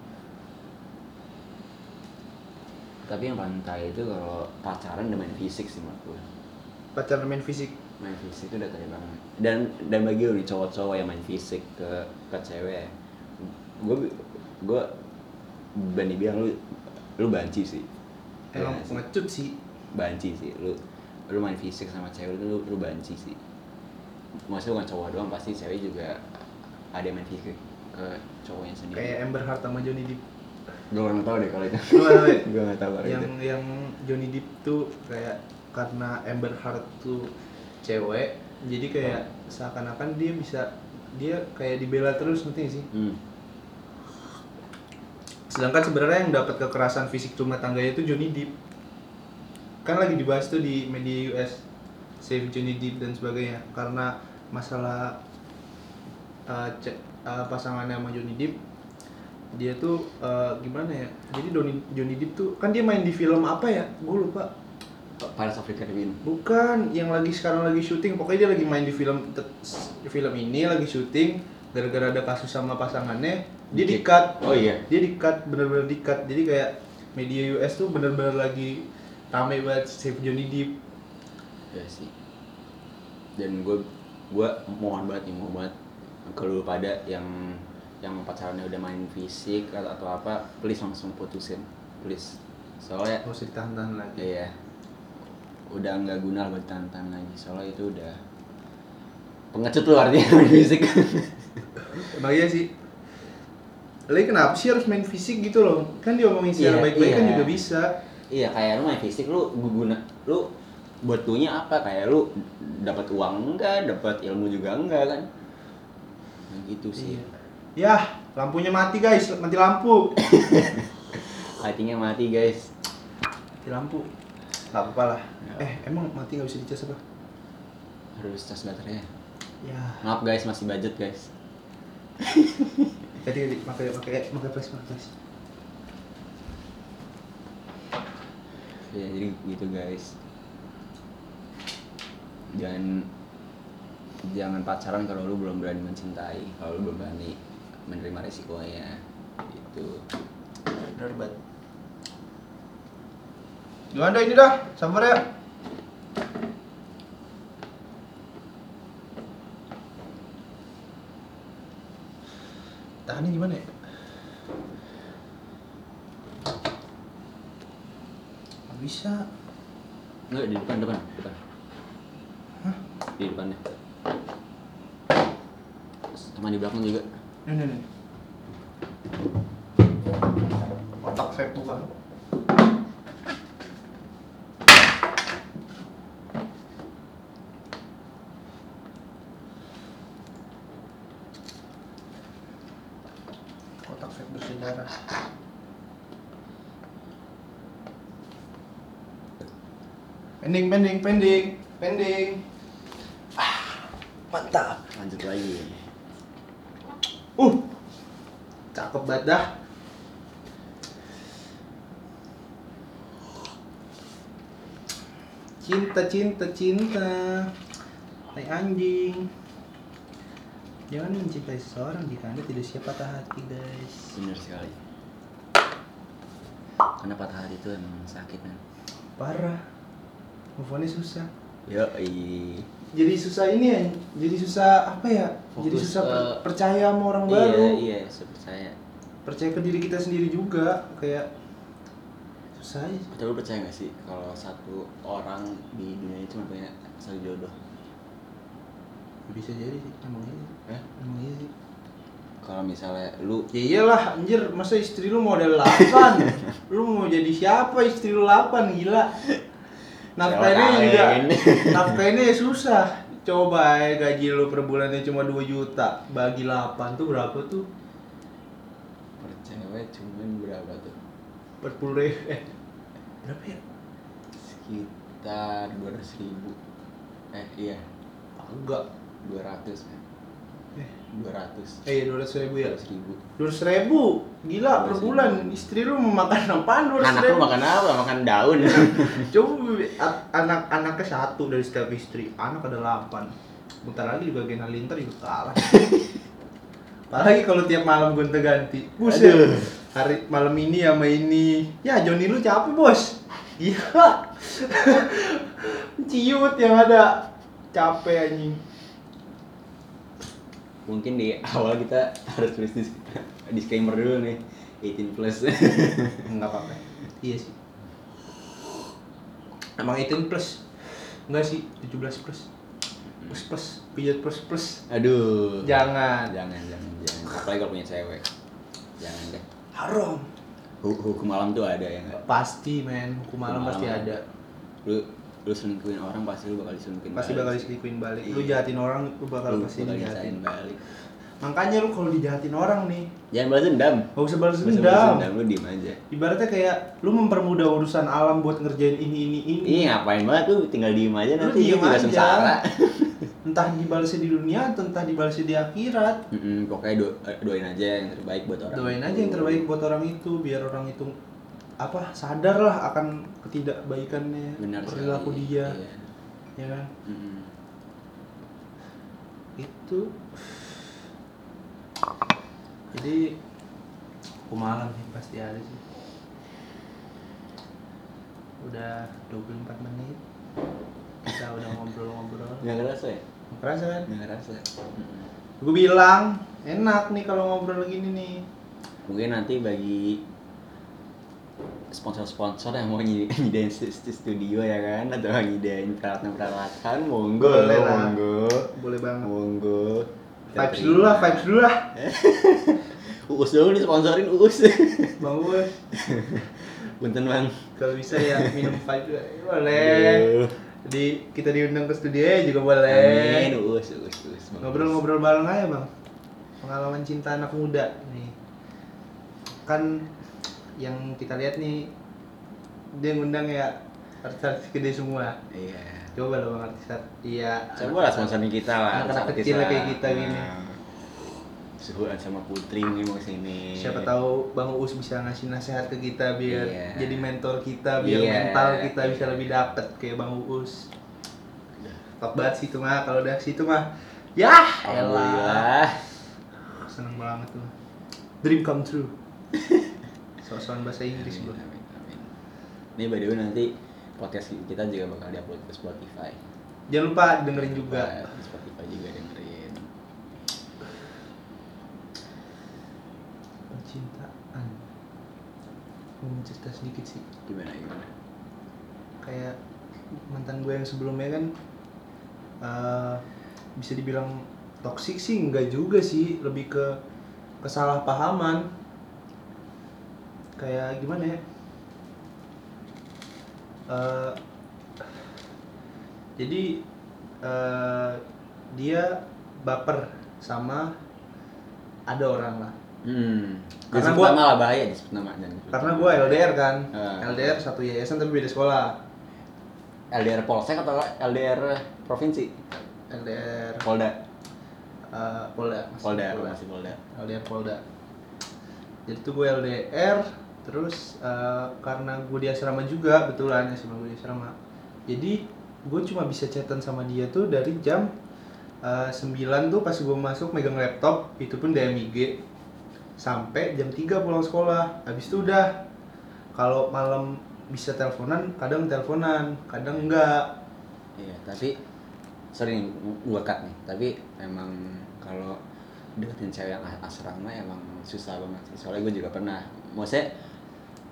Speaker 1: Tapi yang paling tai itu kalau pacaran udah main fisik sih menurut gue.
Speaker 2: pacaran main fisik
Speaker 1: Main fisik itu udah tai banget. Dan dan bagi gue nih cowok-cowok yang main fisik ke ke cewek, gue gue berani bilang lu lu banci sih. Iya
Speaker 2: emang
Speaker 1: nggak sih?
Speaker 2: pengecut sih
Speaker 1: banci sih lu lu main fisik sama cewek lu lu banci sih maksudnya bukan cowok doang pasti cewek juga ada yang main fisik ke cowoknya sendiri
Speaker 2: kayak Amber Heard sama Johnny Depp
Speaker 1: gue nggak tahu deh kalau itu
Speaker 2: Lu nggak tahu ya?
Speaker 1: gue nggak tahu kalau
Speaker 2: yang
Speaker 1: itu
Speaker 2: yang Johnny Depp tuh kayak karena Amber Heard tuh cewek jadi kayak seakan-akan dia bisa dia kayak dibela terus nanti sih
Speaker 1: hmm.
Speaker 2: Sedangkan sebenarnya yang dapat kekerasan fisik rumah tangganya itu Johnny Depp. Kan lagi dibahas tuh di media US Save Johnny Depp dan sebagainya karena masalah uh, ce- uh, pasangannya sama Johnny Depp dia tuh uh, gimana ya jadi Johnny Johnny Depp tuh kan dia main di film apa ya gue lupa
Speaker 1: Paris of the Caribbean
Speaker 2: Bukan, yang lagi sekarang lagi syuting, pokoknya dia lagi main di film di film ini lagi syuting gara-gara ada kasus sama pasangannya Dia di-cut.
Speaker 1: Oh iya.
Speaker 2: Dia di-cut, bener-bener di-cut. Jadi kayak media US tuh bener-bener lagi rame banget Save Johnny Depp.
Speaker 1: Iya sih. Dan gue gue mohon banget nih mohon banget kalau lu pada yang yang pacarannya udah main fisik atau, atau apa, please langsung putusin, please. Soalnya
Speaker 2: Gak usah ditahan-tahan lagi.
Speaker 1: iya udah nggak guna buat tantan lagi soalnya itu udah pengecut lu artinya main fisik
Speaker 2: Emang iya sih. Lagi kenapa sih harus main fisik gitu loh? Kan diomongin secara
Speaker 1: Iya,
Speaker 2: baik-baik kan
Speaker 1: iya.
Speaker 2: juga bisa.
Speaker 1: iya kayak lu main fisik lu guna lu buat lu nya apa kayak lu dapat uang enggak dapat ilmu juga enggak kan nah, gitu sih
Speaker 2: Iya. Yah, lampunya mati guys, mati lampu.
Speaker 1: Lightingnya mati guys.
Speaker 2: Mati lampu. Gak apa-apa lah.
Speaker 1: Ya.
Speaker 2: Eh, emang mati gak bisa dicas apa?
Speaker 1: Harus cas baterainya.
Speaker 2: Ya.
Speaker 1: Maaf guys masih budget guys.
Speaker 2: Tadi tadi pakai pakai eh, pakai flash pakai flash.
Speaker 1: Ya jadi gitu guys. Jangan jangan pacaran kalau lu belum berani mencintai, kalau lu belum berani menerima resikonya. Gitu.
Speaker 2: Benar banget. Gimana ini dah? Sabar ya. Tahannya gimana ya? Gak bisa.
Speaker 1: Enggak di depan depan depan. Di depannya. Sama di belakang juga.
Speaker 2: Nih, nih, nih. Otak saya buka. Otak saya bersejarah. Pending, pending, pending, pending. Ah, mantap.
Speaker 1: Lanjut lagi.
Speaker 2: Uh, cakep banget dah. Cinta, cinta, cinta. Tai anjing. Jangan mencintai seseorang jika anda tidak siap patah hati, guys.
Speaker 1: Bener sekali. Karena patah hati itu emang sakit kan.
Speaker 2: Parah. Move on-nya susah.
Speaker 1: Yo,
Speaker 2: Jadi susah ini ya, jadi susah apa ya? jadi
Speaker 1: Fokus,
Speaker 2: susah per-
Speaker 1: eh,
Speaker 2: percaya sama orang baru.
Speaker 1: Iya, iya, saya percaya.
Speaker 2: Percaya ke diri kita sendiri juga, kayak susah aja.
Speaker 1: Tapi lu percaya gak sih kalau satu orang di dunia ini cuma punya satu jodoh?
Speaker 2: Bisa jadi sih, emang iya.
Speaker 1: Eh?
Speaker 2: Emang iya sih.
Speaker 1: Kalau misalnya lu
Speaker 2: Ya iyalah anjir, masa istri lu model 8? lu mau jadi siapa istri lu 8 gila.
Speaker 1: Cewek
Speaker 2: Nafkainnya juga.
Speaker 1: kawin.
Speaker 2: Nafkainnya ya susah. Coba ya, gaji lu per bulannya cuma 2 juta, bagi 8 tuh berapa tuh?
Speaker 1: per cewek cuman berapa tuh?
Speaker 2: 40 ribu. Eh, berapa ya?
Speaker 1: Sekitar 200 ribu Eh iya,
Speaker 2: Enggak.
Speaker 1: 200 kan?
Speaker 2: Eh.
Speaker 1: 200
Speaker 2: Eh, 200 ribu ya?
Speaker 1: 200 ribu
Speaker 2: 200 ribu? Gila, per
Speaker 1: 200.000.
Speaker 2: bulan. Istri lu mau makan apaan 200
Speaker 1: Anak lu
Speaker 2: ribu?
Speaker 1: makan apa? Makan daun
Speaker 2: Coba a- anak-anaknya satu dari setiap istri, anak ada delapan. Bentar lagi juga Gena Linter juga kalah. Apalagi kalau tiap malam gonta ganti. Buset.
Speaker 1: Aduh.
Speaker 2: Hari malam ini sama ini. Ya Joni lu capek bos. Iya. Ciut yang ada. Capek anjing.
Speaker 1: Mungkin di awal kita harus tulis dis- disclaimer dulu nih 18 plus
Speaker 2: Enggak apa-apa. Iya sih. Emang 18 plus. Enggak sih, 17 plus. Plus plus, pijat plus plus.
Speaker 1: Aduh
Speaker 2: Jangan.
Speaker 1: Jangan, jangan, jangan Apalagi kalau punya cewek Jangan deh
Speaker 2: Haram.
Speaker 1: Hu- Hukum malam tuh ada ya nggak?
Speaker 2: Pasti men, hukum malam
Speaker 1: Hukum
Speaker 2: pasti
Speaker 1: malam.
Speaker 2: ada.
Speaker 1: lu lu selingkuhin orang pasti lu bakal diselingkuhin
Speaker 2: Pasti bakal diselingkuhin balik. Lu
Speaker 1: Iya.
Speaker 2: jahatin orang, lu bakal
Speaker 1: lu
Speaker 2: pasti
Speaker 1: bakal
Speaker 2: dijahatin.
Speaker 1: diselingkuhin balik
Speaker 2: Makanya lu kalau dijahatin orang nih,
Speaker 1: jangan balas dendam
Speaker 2: gak usah balas
Speaker 1: Lu usah balas
Speaker 2: dendam.
Speaker 1: dendam lu diem aja
Speaker 2: Ibaratnya kayak lu mempermudah urusan alam buat ngerjain ini ini ini.
Speaker 1: Ih ngapain banget Iya, lu tinggal diem aja
Speaker 2: Lu
Speaker 1: nanti dia
Speaker 2: diem
Speaker 1: juga sengsara
Speaker 2: aja. entah dibalasnya di dunia atau entah dibalasnya di akhirat.
Speaker 1: Mm-mm, pokoknya do- eh, doain aja yang terbaik buat orang
Speaker 2: Doain
Speaker 1: itu.
Speaker 2: aja yang terbaik buat orang itu biar orang itu apa sadar lah akan ketidakbaikannya
Speaker 1: benar
Speaker 2: perilaku
Speaker 1: sekali.
Speaker 2: dia
Speaker 1: Iya.
Speaker 2: ya kan
Speaker 1: Mm-mm.
Speaker 2: itu jadi kumalam sih pasti ada sih udah 24 menit kita udah ngobrol-ngobrol
Speaker 1: nggak ngerasa ya
Speaker 2: kerasa kan
Speaker 1: nggak ngerasa Mm-mm.
Speaker 2: gue bilang enak nih kalau ngobrol gini nih
Speaker 1: mungkin nanti bagi sponsor-sponsor yang mau nyi- nyidain stu- stu- studio ya kan atau nyidain peralatan-peralatan monggo
Speaker 2: Boleh lah.
Speaker 1: monggo
Speaker 2: boleh banget
Speaker 1: monggo Kita
Speaker 2: vibes
Speaker 1: terima.
Speaker 2: dulu lah vibes dulu lah
Speaker 1: uus dulu nih sponsorin uus
Speaker 2: bang Uwe
Speaker 1: punten bang
Speaker 2: kalau bisa ya minum vibes juga boleh
Speaker 1: Aduh.
Speaker 2: di kita diundang ke studio ya juga boleh
Speaker 1: amin uus uus uus Bang Uus.
Speaker 2: ngobrol-ngobrol bareng aja bang pengalaman cinta anak muda nih kan yang kita lihat nih dia ngundang ya artis-artis gede semua
Speaker 1: iya
Speaker 2: coba lo bang artis iya
Speaker 1: coba lah sponsorin kita lah
Speaker 2: anak-anak
Speaker 1: artis
Speaker 2: kecil
Speaker 1: lah.
Speaker 2: kayak kita gini.
Speaker 1: Nah. suhuan sama putri nih mau sini
Speaker 2: siapa tahu bang Uus bisa ngasih nasihat ke kita biar
Speaker 1: Iya.
Speaker 2: jadi mentor kita biar
Speaker 1: Iya.
Speaker 2: mental kita bisa lebih dapet kayak bang Uus top banget sih itu mah kalau udah situ mah yah elah
Speaker 1: Alhamdulillah
Speaker 2: seneng banget tuh dream come true sosokan bahasa Inggris
Speaker 1: Amin,
Speaker 2: bro
Speaker 1: amin, amin. Ini by the way nanti podcast kita juga bakal diupload ke Spotify.
Speaker 2: jangan lupa dengerin juga
Speaker 1: Ke Spotify juga dengerin.
Speaker 2: percintaan mau cerita sedikit sih
Speaker 1: Gimana gimana?
Speaker 2: kayak mantan gue yang sebelumnya kan eh, bisa dibilang toksik sih enggak juga sih lebih ke kesalahpahaman kayak gimana ya Eh, jadi eh, dia baper sama ada orang lah
Speaker 1: Hmm.
Speaker 2: Karena
Speaker 1: Karena
Speaker 2: gua-
Speaker 1: gua malah bahaya disebut nama jangan disebut
Speaker 2: karena
Speaker 1: nama.
Speaker 2: gue LDR kan
Speaker 1: Ah.
Speaker 2: LDR satu yayasan tapi beda sekolah
Speaker 1: LDR Polsek atau LDR provinsi?
Speaker 2: LDR
Speaker 1: Polda.
Speaker 2: eh, Polda masih
Speaker 1: Polda, masih Polda.
Speaker 2: LDR Polda. Jadi tuh gue LDR, terus eh, karena gue di asrama juga, betulan asrama gue di asrama. Jadi gue cuma bisa chatan sama dia tuh dari jam eh, 9 tuh pas gue masuk megang laptop, itu pun DMIG sampai jam 3 pulang sekolah. Habis itu udah kalau malam bisa teleponan, kadang teleponan, kadang enggak.
Speaker 1: Iya, tapi sorry nih, gua cut nih. Tapi emang kalau deketin cewek yang asrama emang susah banget sih. Soalnya gue juga pernah. Maksudnya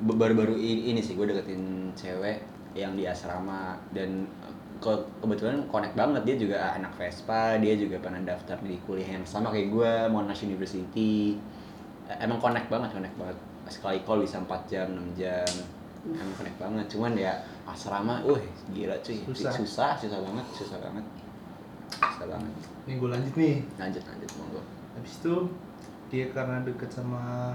Speaker 1: b- baru-baru ini, ini sih gue deketin cewek yang di asrama dan eh, ke- kebetulan connect banget dia juga anak Vespa, dia juga pernah daftar di kuliah yang sama kayak gue, Monash University. E- Emang connect banget, connect banget. Sekali call bisa 4 jam, 6 jam. Emang connect banget. Cuman ya asrama, uh gila cuy.
Speaker 2: Susah.
Speaker 1: susah, susah banget, susah banget. Susah banget.
Speaker 2: Ini gue lanjut nih.
Speaker 1: Lanjut, lanjut monggo.
Speaker 2: habis itu dia karena deket sama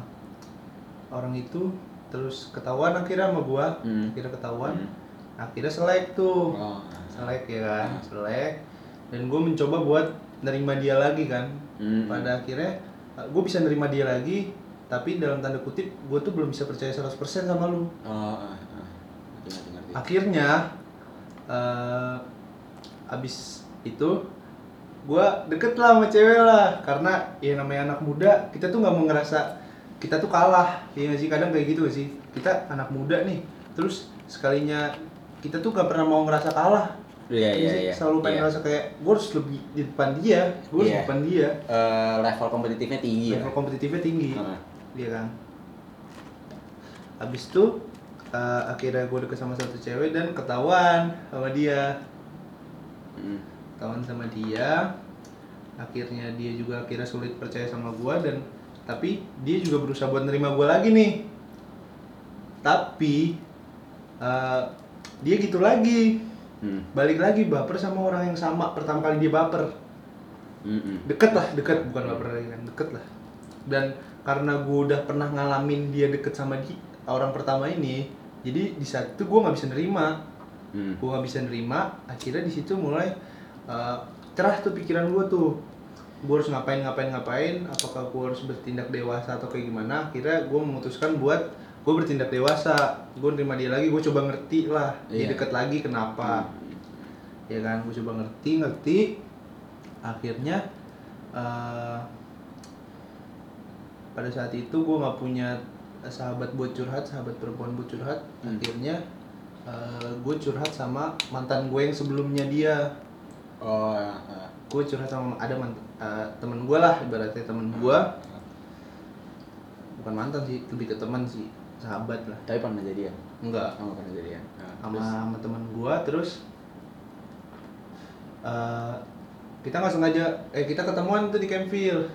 Speaker 2: orang itu terus ketahuan akhirnya sama gua
Speaker 1: Hmm.
Speaker 2: akhirnya ketahuan
Speaker 1: Hmm. Hmm.
Speaker 2: akhirnya selek tuh
Speaker 1: Oh.
Speaker 2: selek ya kan selek dan gue mencoba buat nerima dia lagi kan
Speaker 1: Hmm.
Speaker 2: pada akhirnya gue bisa nerima dia lagi tapi dalam tanda kutip gue tuh belum bisa percaya 100% sama lu
Speaker 1: Oh, ah, ah. Ngerti, ngerti, ngerti.
Speaker 2: Ah. akhirnya eh abis itu gua deket lah sama cewek lah karena ya namanya anak muda kita tuh nggak mau ngerasa kita tuh kalah ya nggak sih kadang kayak gitu nggak sih kita anak muda nih terus sekalinya kita tuh gak pernah mau ngerasa kalah
Speaker 1: Iya,
Speaker 2: Iya
Speaker 1: iya,
Speaker 2: sih,
Speaker 1: iya.
Speaker 2: selalu pengen
Speaker 1: Iya.
Speaker 2: ngerasa kayak gue harus lebih di depan dia gue harus
Speaker 1: Iya.
Speaker 2: di depan dia
Speaker 1: Eh, level kompetitifnya tinggi ya. Nah.
Speaker 2: level kompetitifnya tinggi
Speaker 1: Heeh.
Speaker 2: Iya kan habis itu eh, akhirnya gue deket sama satu cewek dan ketahuan sama dia
Speaker 1: Mm.
Speaker 2: ketahuan sama dia akhirnya dia juga akhirnya sulit percaya sama gue dan tapi dia juga berusaha buat nerima gue lagi nih tapi eh, dia gitu lagi
Speaker 1: Mm.
Speaker 2: balik lagi baper sama orang yang sama pertama kali dia baper
Speaker 1: Mm-mm.
Speaker 2: deket lah deket bukan baper lagi kan deket lah dan karena gue udah pernah ngalamin dia deket sama di orang pertama ini jadi di saat itu gue nggak bisa nerima
Speaker 1: Mm.
Speaker 2: gue nggak bisa nerima akhirnya di situ mulai eh, cerah tuh pikiran gue tuh gue harus ngapain ngapain ngapain apakah gue harus bertindak dewasa atau kayak gimana akhirnya gue memutuskan buat gue bertindak dewasa gue nerima dia lagi gue coba ngerti lah
Speaker 1: Iya.
Speaker 2: dia
Speaker 1: Hmm.
Speaker 2: deket lagi kenapa ya kan gue coba ngerti ngerti akhirnya eh pada saat itu gue nggak punya sahabat buat curhat sahabat perempuan buat curhat
Speaker 1: Hmm.
Speaker 2: akhirnya gue curhat sama mantan gue yang sebelumnya dia
Speaker 1: oh eh,
Speaker 2: gue curhat sama ada mant- eh, temen gue lah ibaratnya temen gue bukan mantan sih lebih ke teman sih sahabat lah
Speaker 1: tapi pernah jadian
Speaker 2: enggak
Speaker 1: kamu pernah jadian Nah,
Speaker 2: sama
Speaker 1: terus-
Speaker 2: sama temen gua terus eh kita nggak sengaja eh kita ketemuan tuh di Campfield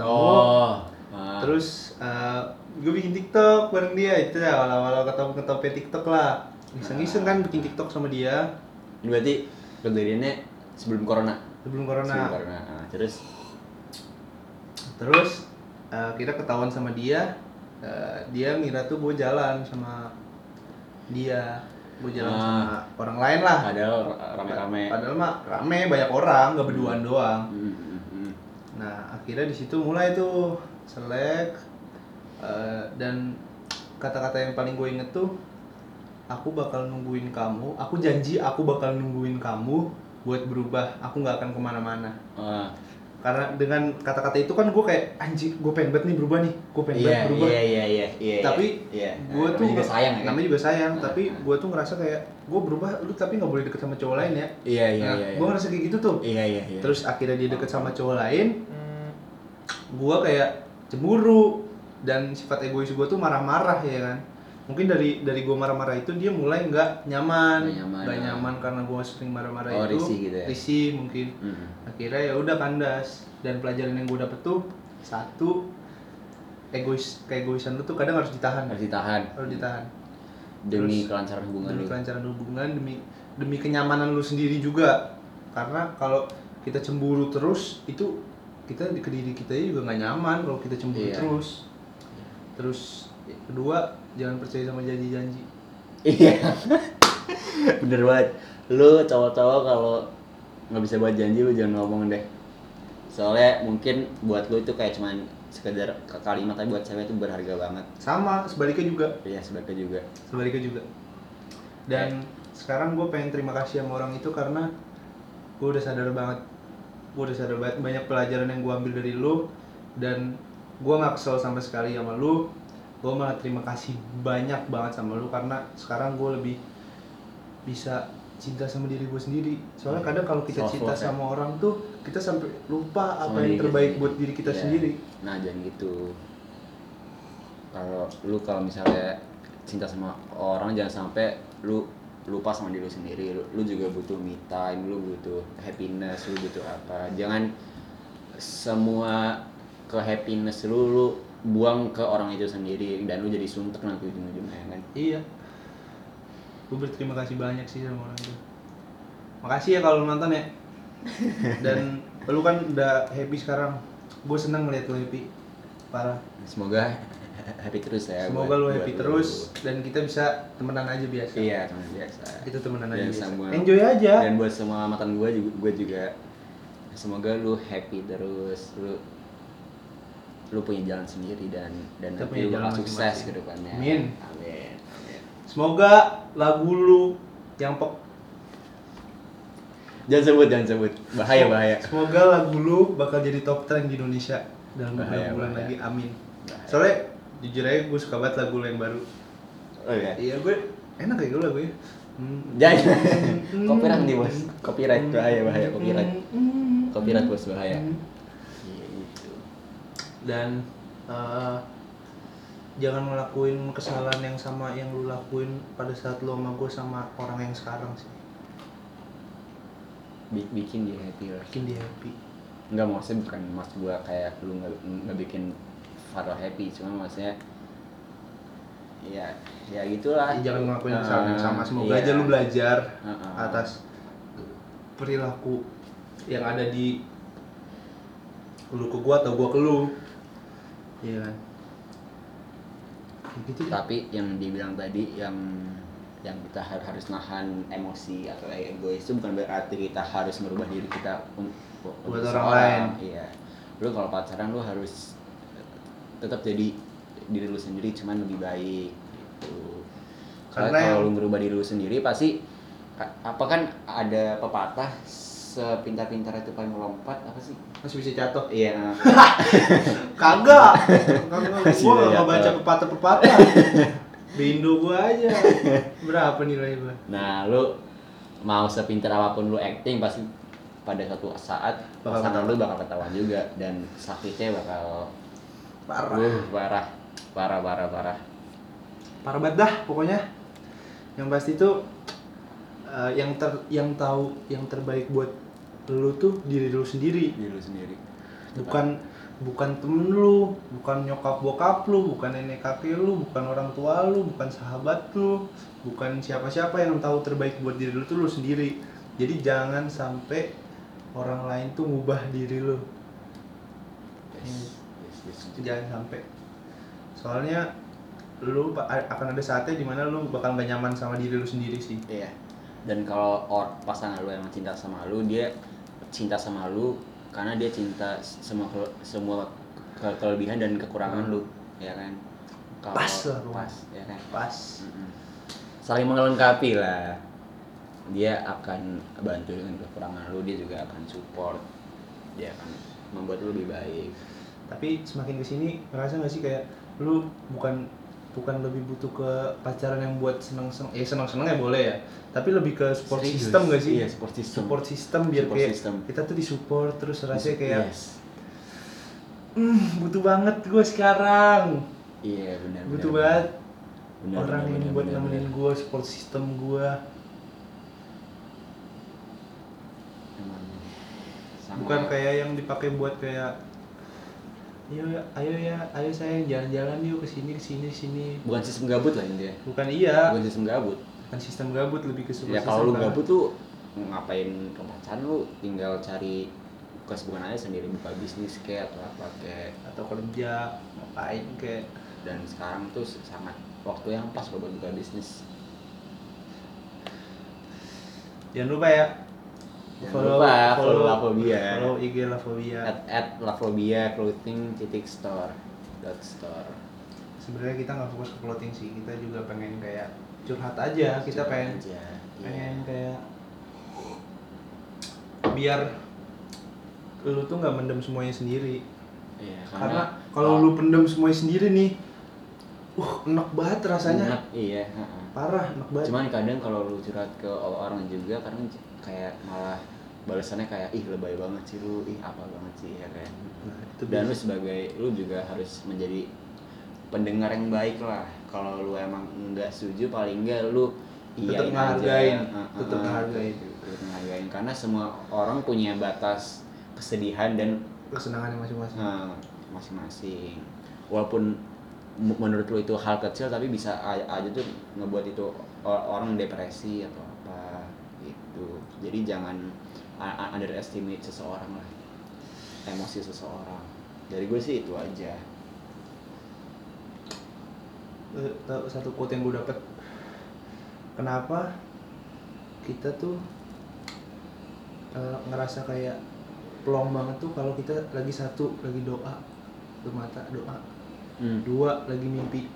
Speaker 1: oh ah.
Speaker 2: terus eh gue bikin TikTok bareng dia itu ya awal-awal ketemu ketemu TikTok lah iseng-iseng kan bikin TikTok sama dia
Speaker 1: Ini berarti kejadiannya sebelum corona sebelum
Speaker 2: sebelum corona
Speaker 1: corona ah, terus
Speaker 2: terus eh kita ketahuan sama dia eh, dia ngira tuh gue jalan sama dia gue jalan
Speaker 1: Ah.
Speaker 2: sama orang lain lah
Speaker 1: padahal ra- rame-rame
Speaker 2: Padahal mah rame banyak orang, nggak berduaan doang.
Speaker 1: Hmm, hmm, hmm.
Speaker 2: Nah, akhirnya di situ mulai tuh selek eh, dan kata-kata yang paling gue inget tuh aku bakal nungguin kamu, aku janji aku bakal nungguin kamu buat berubah, aku nggak akan kemana-mana.
Speaker 1: Ah,
Speaker 2: Karena dengan kata-kata itu kan gue kayak anjing, gue pengen banget nih berubah nih, gue pengen
Speaker 1: iya
Speaker 2: banget berubah.
Speaker 1: iya iya iya iya
Speaker 2: Tapi
Speaker 1: iya.
Speaker 2: gue
Speaker 1: Namanya
Speaker 2: tuh
Speaker 1: juga sayang ya kan?
Speaker 2: namanya juga sayang,
Speaker 1: Ah,
Speaker 2: tapi
Speaker 1: ah.
Speaker 2: gue tuh ngerasa kayak gue berubah, lu tapi nggak boleh deket sama cowok lain ya.
Speaker 1: iya iya
Speaker 2: Nah,
Speaker 1: iya
Speaker 2: gue ngerasa kayak gitu tuh.
Speaker 1: iya iya iya
Speaker 2: Terus akhirnya dia deket sama cowok lain, gua kayak cemburu dan sifat egois gua tuh marah-marah ya kan. Mungkin dari dari gua marah-marah itu dia mulai nggak nyaman,
Speaker 1: Nggak nyaman,
Speaker 2: nggak
Speaker 1: ya.
Speaker 2: nyaman karena gua sering marah-marah
Speaker 1: Oh,
Speaker 2: itu.
Speaker 1: risih gitu ya.
Speaker 2: risih mungkin.
Speaker 1: Hmm.
Speaker 2: Akhirnya ya udah kandas dan pelajaran yang gua dapet tuh satu egois keegoisan lu tuh kadang harus ditahan,
Speaker 1: harus ditahan
Speaker 2: harus ditahan
Speaker 1: demi
Speaker 2: Terus-
Speaker 1: kelancaran hubungan
Speaker 2: demi
Speaker 1: lu
Speaker 2: kelancaran hubungan demi demi kenyamanan lu sendiri juga karena kalau kita cemburu terus itu kita di ke diri kita juga nggak nyaman kalau kita cemburu
Speaker 1: Iya.
Speaker 2: terus terus ya, kedua jangan percaya sama janji-janji
Speaker 1: iya bener banget lu cowok-cowok kalau nggak bisa buat janji lu jangan ngomong deh soalnya mungkin buat lu itu kayak cuman sekedar ke- kalimat tapi buat cewek itu berharga banget
Speaker 2: sama sebaliknya juga
Speaker 1: iya sebagai juga
Speaker 2: sebaliknya juga dan sekarang gue pengen terima kasih sama orang itu karena gue udah sadar banget gue udah sadar banget banyak pelajaran yang gue ambil dari lu dan gue nggak kesel sama sekali sama lu gue malah terima kasih banyak banget sama lu karena sekarang gue lebih bisa cinta sama diri gue sendiri soalnya kadang kalau kita
Speaker 1: Self-love
Speaker 2: cinta
Speaker 1: ya.
Speaker 2: sama orang tuh kita sampai lupa apa
Speaker 1: Sama
Speaker 2: yang
Speaker 1: diri
Speaker 2: terbaik
Speaker 1: sendiri.
Speaker 2: buat diri kita
Speaker 1: Iya.
Speaker 2: sendiri
Speaker 1: nah jangan gitu kalau lu kalau misalnya cinta sama orang jangan sampai lu lupa sama diri lu sendiri lu, lu juga butuh me time lu butuh happiness lu butuh apa jangan semua ke happiness lu lu buang ke orang itu sendiri dan lu jadi suntuk nanti ujung-ujungnya ya kan
Speaker 2: Iya. Gue berterima kasih banyak sih sama orang itu. Makasih ya kalau lu nonton ya. Dan lu kan udah happy sekarang. Gue seneng ngeliat lu happy. Parah.
Speaker 1: semoga happy terus ya buat-
Speaker 2: Semoga lu
Speaker 1: buat
Speaker 2: happy terus dan kita bisa temenan aja biasa.
Speaker 1: iya teman biasa
Speaker 2: Kita temenan aja
Speaker 1: Dan
Speaker 2: biasa.
Speaker 1: sama-
Speaker 2: Enjoy aja.
Speaker 1: dan buat semua mantan gue juga gue juga semoga lu happy terus lu lu punya jalan sendiri dan dan
Speaker 2: Kita
Speaker 1: nanti
Speaker 2: punya
Speaker 1: lu
Speaker 2: jalan
Speaker 1: bakal sukses
Speaker 2: masing-masing.
Speaker 1: ke depannya
Speaker 2: Amin.
Speaker 1: amin amin
Speaker 2: Semoga lagu lu yang pek
Speaker 1: jangan sebut jangan sebut bahaya bahaya
Speaker 2: Semoga lagu lu bakal jadi top trend di Indonesia dalam beberapa
Speaker 1: Bahaya,
Speaker 2: bulan
Speaker 1: bahaya.
Speaker 2: lagi. Amin.
Speaker 1: Bahaya.
Speaker 2: Soalnya jujur aja gue suka banget lagu lu yang baru.
Speaker 1: oh ya
Speaker 2: Iya gue enak ya gue lagunya. Hmm.
Speaker 1: jangan copyright nih bos copyright
Speaker 2: Mm-hmm.
Speaker 1: bahaya bahaya copyright
Speaker 2: Hmm.
Speaker 1: copyright bos bahaya Iya, gitu
Speaker 2: Dan eh, jangan ngelakuin kesalahan yang sama yang lu lakuin pada saat lu sama gue sama orang yang sekarang sih.
Speaker 1: Bi- bikin dia happy lah
Speaker 2: Bikin dia happy.
Speaker 1: nggak maksudnya bukan mas gua kayak lu nggak nggak bikin Faro happy cuma maksudnya ya ya gitulah
Speaker 2: Ya, jangan ngelakuin kesalahan yang
Speaker 1: Ah,
Speaker 2: sama. Semoga
Speaker 1: iya.
Speaker 2: aja lu belajar
Speaker 1: Heeh.
Speaker 2: atas perilaku yang ada di lu ke gua atau gua ke lu. Iya kan? Ya gitu deh.
Speaker 1: tapi yang dibilang tadi yang yang kita har- harus nahan emosi atau egois itu bukan berarti kita harus merubah diri kita un- u-
Speaker 2: Buat
Speaker 1: untuk
Speaker 2: orang
Speaker 1: seorang.
Speaker 2: lain.
Speaker 1: iya lu kalau pacaran lu harus tetap jadi diri lu sendiri cuman lebih baik gitu karena
Speaker 2: Karena
Speaker 1: kalau
Speaker 2: yang-
Speaker 1: lu merubah diri lu sendiri pasti a- apa kan ada pepatah s-
Speaker 3: sepintar-pintar itu paling melompat apa sih?
Speaker 2: masih bisa jatuh
Speaker 3: Iya.
Speaker 2: kagak kagak
Speaker 1: Masih
Speaker 2: gua
Speaker 1: banyak
Speaker 2: nggak baca
Speaker 1: banget.
Speaker 2: pepatah-pepatah Bindo gua aja berapa nilai gua
Speaker 1: Nah, lu mau sepintar apapun lu acting pasti pada suatu saat
Speaker 2: Bakal
Speaker 1: pasangan lu bakal ketahuan juga dan sakitnya bakal
Speaker 2: parah
Speaker 1: Uh, parah. Parah, parah, parah.
Speaker 2: parah banget dah pokoknya yang pasti tuh eh, yang ter yang tahu yang terbaik buat lu tuh diri lu sendiri
Speaker 1: Diri lu sendiri.
Speaker 2: bukan bukan temen lu bukan nyokap bokap lu bukan nenek kakek lu bukan orang tua lu bukan sahabat lu bukan siapa-siapa yang tahu terbaik buat diri lu tuh lu sendiri jadi jangan sampai orang lain tuh ngubah diri lu
Speaker 1: Yes, yes, yes.
Speaker 2: jangan sampai soalnya lu ba- a- akan ada saatnya dimana lu bakal gak nyaman sama diri lu sendiri sih
Speaker 1: Iya. Dan kalau or, pasangan lu emang cinta sama lu, dia cinta sama lu karena dia cinta semua ke- semua ke- kelebihan dan kekurangan lu, ya kan? Kalau-
Speaker 2: Hmm. Pas lah, Bro.
Speaker 1: Pas, ya kan?
Speaker 2: pas
Speaker 1: Mm-mm. Saling melengkapi lah. Dia akan bantu dengan kekurangan lu, dia juga akan support. Dia akan membuat lu lebih baik.
Speaker 2: tapi semakin kesini ngerasa gak sih kayak lu bukan bukan lebih butuh ke pacaran yang buat seneng seneng ya seneng seneng ya boleh ya tapi lebih ke support
Speaker 1: Serius.
Speaker 2: system gak sih
Speaker 1: Iya, support system.
Speaker 2: support system biar
Speaker 1: Support
Speaker 2: kayak
Speaker 1: system. iya.
Speaker 2: kita tuh disupport terus rasanya kayak
Speaker 1: Yes.
Speaker 2: "Hmm, butuh banget gue sekarang
Speaker 1: Iya, benar.
Speaker 2: butuh
Speaker 1: benar,
Speaker 2: banget
Speaker 1: benar,
Speaker 2: orang
Speaker 1: benar,
Speaker 2: yang
Speaker 1: benar,
Speaker 2: buat
Speaker 1: benar,
Speaker 2: nemenin
Speaker 1: benar.
Speaker 2: gue support system gue
Speaker 1: Emang. Sama-
Speaker 2: bukan kayak yang dipakai buat kayak ayo ya, ayo ya ayo sayang jalan-jalan yuk kesini kesini kesini
Speaker 1: bukan sistem gabut lah intinya
Speaker 2: bukan iya
Speaker 1: bukan sistem gabut
Speaker 2: bukan Kan sistem gabut lebih ke support
Speaker 1: ya kalau lu
Speaker 2: system
Speaker 1: gabut tuh ngapain ke macan lu tinggal cari kesibukan aja sendiri buka bisnis kayak atau apa kayak
Speaker 2: atau kerja ngapain kayak
Speaker 1: dan sekarang tuh sangat waktu yang pas kalau buat buka bisnis
Speaker 2: jangan lupa ya
Speaker 1: Jangan lupa follow Lafobia.
Speaker 2: follow IG Lafobia
Speaker 1: at at Lafobia clothing titik store dot store
Speaker 2: sebenarnya kita nggak fokus ke clothing sih kita juga pengen kayak curhat aja kita
Speaker 1: Coba
Speaker 2: pengen
Speaker 1: aja. Iya.
Speaker 2: pengen kayak biar lu tuh nggak mendem semuanya sendiri
Speaker 1: Iya,
Speaker 2: karena kalau lu pendem semuanya sendiri nih uh enak banget rasanya
Speaker 1: Enak, iya heeh.
Speaker 2: parah enak banget
Speaker 1: cuman kadang kalau lu curhat ke orang juga karena j- kayak malah balasannya kayak ih lebay banget sih lu ih apa banget sih ya kan
Speaker 2: Nah, itu
Speaker 1: dan lu
Speaker 2: biasa.
Speaker 1: sebagai lu juga harus menjadi pendengar yang baik lah kalau lu emang nggak setuju paling nggak lu iyain
Speaker 2: Tetep ngehargain,
Speaker 1: aja.
Speaker 2: tetep
Speaker 1: Heeh,
Speaker 2: ngehargain.
Speaker 1: tetep ngehargain karena semua orang punya batas kesedihan dan
Speaker 2: kesenangannya masing-masing
Speaker 1: eh, masing-masing walaupun mu- menurut lu itu hal kecil tapi bisa a- aja tuh ngebuat itu o- orang depresi atau apa gitu jadi jangan a- a- underestimate seseorang lah emosi seseorang dari gue sih itu aja
Speaker 2: Eh, tau satu quote yang gue dapet kenapa kita tuh eh, ngerasa kayak plong banget tuh kalau kita lagi satu lagi doa tuh mata doa
Speaker 1: Hmm.
Speaker 2: dua lagi mimpi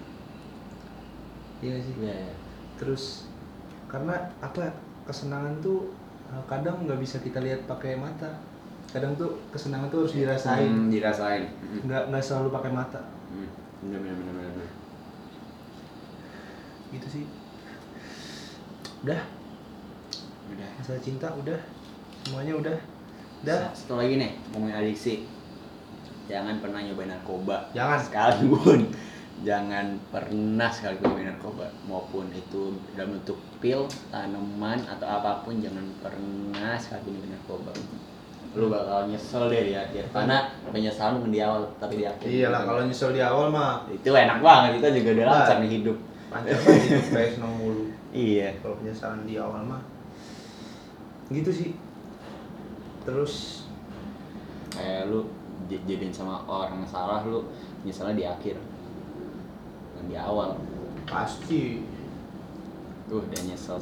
Speaker 2: iya nggak sih
Speaker 1: Iya, iya.
Speaker 2: terus karena apa ya, kesenangan tuh eh, kadang nggak bisa kita lihat pakai mata kadang tuh kesenangan tuh harus dirasain
Speaker 1: Hmm, dirasain Hmm,
Speaker 2: nggak nggak selalu pakai mata
Speaker 1: hmm. bener bener bener bener, bener.
Speaker 2: gitu sih udah
Speaker 1: udah
Speaker 2: masalah cinta udah semuanya udah udah
Speaker 1: Sa- satu lagi nih ngomongin adiksi jangan pernah nyobain narkoba
Speaker 2: Jangan.
Speaker 1: sekalipun jangan pernah sekalipun nyobain narkoba maupun itu dalam bentuk pil tanaman atau apapun jangan pernah sekalipun nyobain narkoba lu bakal nyesel deh ya, ya. karena penyesalan bukan di awal tapi di akhir
Speaker 2: iyalah Iya kalau nyusul di awal mah
Speaker 1: itu enak banget kita juga udah
Speaker 2: Nah.
Speaker 1: lancar nih hidup
Speaker 2: panjang banget hidup kayak seneng mulu Ya,
Speaker 1: iya
Speaker 2: kalau penyesalan di awal mah gitu sih terus
Speaker 1: kayak lu j- jadian sama orang yang salah lu nyeselnya di akhir bukan di awal
Speaker 2: pasti
Speaker 1: tuh udah nyesel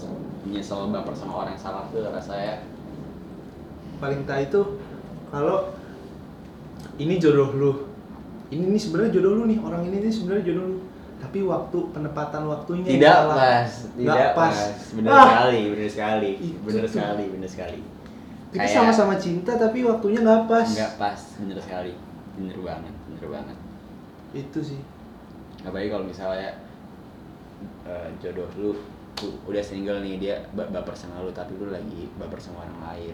Speaker 1: nyesel baper sama orang yang salah tuh rasanya
Speaker 2: paling tak itu kalau ini jodoh lu ini nih sebenarnya jodoh lu nih orang ini nih sebenarnya jodoh lu tapi waktu penempatan waktunya yang
Speaker 1: tidak
Speaker 2: salah.
Speaker 1: pas
Speaker 2: Iya, Nggak
Speaker 1: tidak
Speaker 2: pas.
Speaker 1: pas bener
Speaker 2: Ah.
Speaker 1: sekali bener sekali
Speaker 2: Itu
Speaker 1: bener
Speaker 2: tuh.
Speaker 1: sekali bener sekali
Speaker 2: Tapi
Speaker 1: Kayak-
Speaker 2: sama-sama cinta tapi waktunya nggak pas.
Speaker 1: nggak pas bener sekali bener banget bener banget
Speaker 2: Itu sih.
Speaker 1: apalagi kalau misalnya eh, jodoh lu u- udah single nih dia ba- baper sama lu tapi lu lagi baper sama orang lain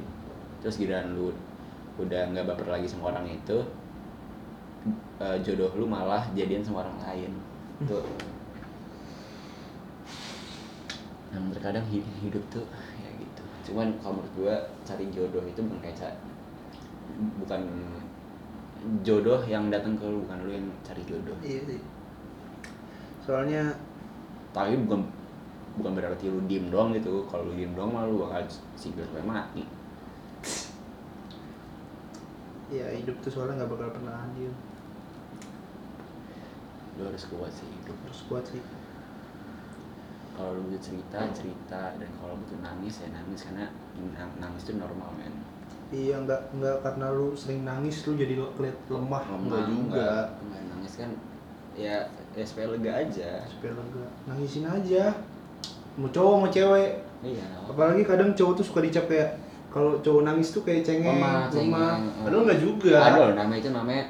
Speaker 1: terus giliran lu udah nggak baper lagi sama orang itu eh, jodoh lu malah jadian sama orang lain tuh yang terkadang Nah, hi- hidup tuh ya gitu cuman kalau menurut gua cari jodoh itu bukan kayak ca- bukan jodoh yang datang ke lu bukan lu yang cari jodoh
Speaker 2: Iya sih. Soalnya
Speaker 1: tapi bukan bukan berarti lu diem doang gitu kalau lu diem doang mah lu bakal single sampai mati
Speaker 2: ya hidup tuh soalnya nggak bakal pernah adil.
Speaker 1: lu harus kuat sih hidup
Speaker 2: Harus kuat sih.
Speaker 1: kalau lu butuh cerita
Speaker 2: Iya.
Speaker 1: cerita dan kalau butuh nangis ya nangis karena nang- nangis itu normal men
Speaker 2: Iya nggak nggak karena lu sering nangis lu jadi keliat lemah. Nggak
Speaker 1: Lemah,
Speaker 2: juga.
Speaker 1: nggak- nggak nangis kan ya ya supaya lega aja
Speaker 2: Supaya lega. Nangisin aja. Mau cowok mau cewek.
Speaker 1: iya
Speaker 2: Apalagi kadang cowok tuh suka dicap kayak kalau cowok nangis tuh kayak cengeng,
Speaker 1: Lemah,
Speaker 2: lemah.
Speaker 1: cengeng.
Speaker 2: Padahal nggak juga.
Speaker 1: ada loh nama itu namanya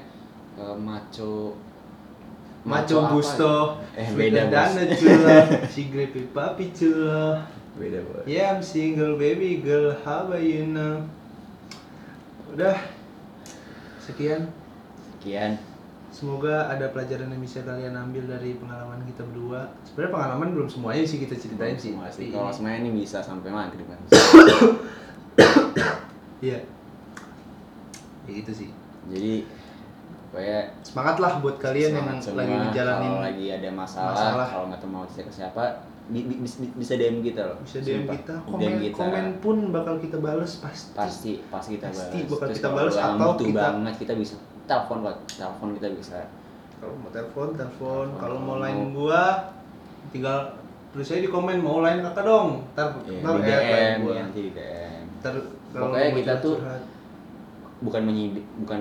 Speaker 1: eh, maco
Speaker 2: Maco
Speaker 1: apa?
Speaker 2: Gusto,
Speaker 1: eh
Speaker 2: Sweet
Speaker 1: beda bos
Speaker 2: Dana Cula, Si Greepy Papi Cula.
Speaker 1: beda bos
Speaker 2: Yeah, Ya, I'm single baby girl, how about you now? Udah, sekian.
Speaker 1: sekian
Speaker 2: Semoga ada pelajaran yang bisa kalian ambil dari pengalaman kita berdua. Sebenarnya pengalaman belum semuanya sih kita ceritain sih. Iya.
Speaker 1: Semua sih
Speaker 2: Pasti.
Speaker 1: Iya, kalau semuanya ini bisa sampai maghrib kan
Speaker 2: Iya. Ya gitu sih.
Speaker 1: jadi kayak
Speaker 2: Semangatlah buat kalian yang
Speaker 1: Semangat semua.
Speaker 2: lagi ngejalanin.
Speaker 1: kalau lagi ada masalah,
Speaker 2: masalah.
Speaker 1: kalau nggak tahu mau cerita ke siapa bi- bi- bis- bisa DM kita loh
Speaker 2: Bisa DM
Speaker 1: Sumpah.
Speaker 2: kita,
Speaker 1: DM
Speaker 2: komen
Speaker 1: kita.
Speaker 2: komen pun bakal kita bales pasti.
Speaker 1: pasti pasti kita balas
Speaker 2: Pasti bakal
Speaker 1: Terus
Speaker 2: kita
Speaker 1: kalau
Speaker 2: balas
Speaker 1: orang
Speaker 2: atau
Speaker 1: butuh
Speaker 2: kita-
Speaker 1: banget kita bisa telepon buat telepon kita bisa
Speaker 2: Kalau mau telepon, telepon.
Speaker 1: Telepon,
Speaker 2: Kalau mau
Speaker 1: kalau
Speaker 2: lain
Speaker 1: mau-
Speaker 2: gua tinggal tulis aja di komen mau lain kakak dong. Ntar
Speaker 1: Ya,
Speaker 2: ntar
Speaker 1: di
Speaker 2: add line
Speaker 1: DM
Speaker 2: gua.
Speaker 1: ya, nanti di DM
Speaker 2: Ntar kalau
Speaker 1: Pokoknya
Speaker 2: mau
Speaker 1: kita
Speaker 2: curhat-
Speaker 1: tuh-
Speaker 2: curhat.
Speaker 1: bukan menyedi- bukan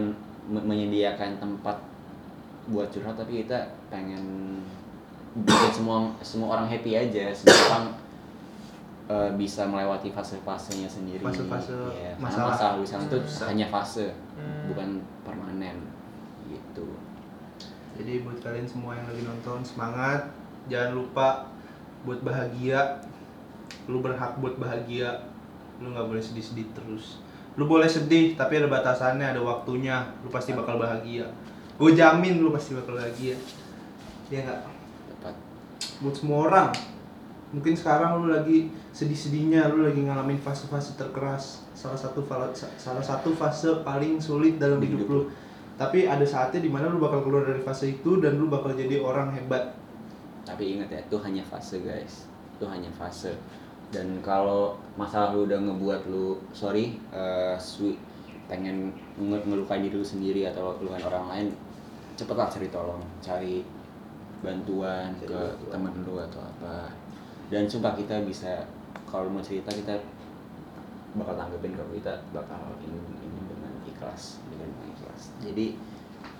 Speaker 1: me- menyediakan tempat buat curhat tapi kita pengen bikin semua semua orang happy aja semua orang eh, bisa melewati fase-fasenya sendiri
Speaker 2: Fase-fase
Speaker 1: Iya, karena
Speaker 2: masalah. Hmm.
Speaker 1: masalah urusan itu
Speaker 2: Susah.
Speaker 1: hanya fase bukan permanen gitu
Speaker 2: Jadi buat kalian semua yang lagi nonton semangat, jangan lupa buat bahagia. Lu berhak buat bahagia. Lu nggak boleh sedih-sedih terus. Lu boleh sedih tapi ada batasannya, ada waktunya. Lu pasti bakal bahagia. Gue jamin lu pasti bakal bahagia. Ya enggak?
Speaker 1: tepat
Speaker 2: buat semua orang mungkin sekarang lu lagi sedih-sedihnya lu lagi ngalamin fase-fase terkeras salah satu fala- sa- salah satu fase paling sulit dalam
Speaker 1: Di
Speaker 2: hidup
Speaker 1: hidup
Speaker 2: lu tapi ada saatnya dimana lu bakal keluar dari fase itu dan lu bakal jadi orang hebat
Speaker 1: tapi ingat ya itu hanya fase guys itu hanya fase dan kalau masalah lu udah ngebuat lu sorry eh, sui- pengen nge- ngelukai diri lu sendiri atau ngelukain orang lain cepetlah cari tolong cari bantuan
Speaker 2: Cari
Speaker 1: ke
Speaker 2: bantuan.
Speaker 1: temen lu atau apa dan sumpah kita bisa kalau mau cerita kita bakal tanggepin kalau kita bakal ini, ini dengan ikhlas dengan ikhlas jadi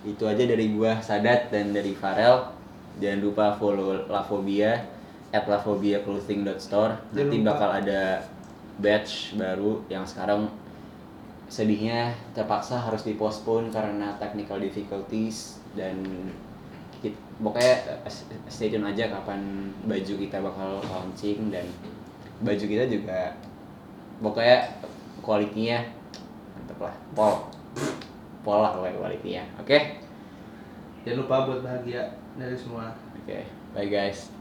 Speaker 1: itu aja dari gua Sadat dan dari Farel jangan lupa follow Lafobia at lafobiaclothing.store
Speaker 2: Jangan
Speaker 1: nanti
Speaker 2: lupa.
Speaker 1: bakal ada batch baru yang sekarang sedihnya terpaksa harus dipospon karena technical difficulties dan kit- pokoknya eh, s- stay tune aja kapan baju kita bakal launching dan baju kita juga pokoknya kualitinya mantep lah pol pol lah pokoknya kualitinya oke
Speaker 2: jangan lupa buat bahagia dari semua
Speaker 1: oke bye guys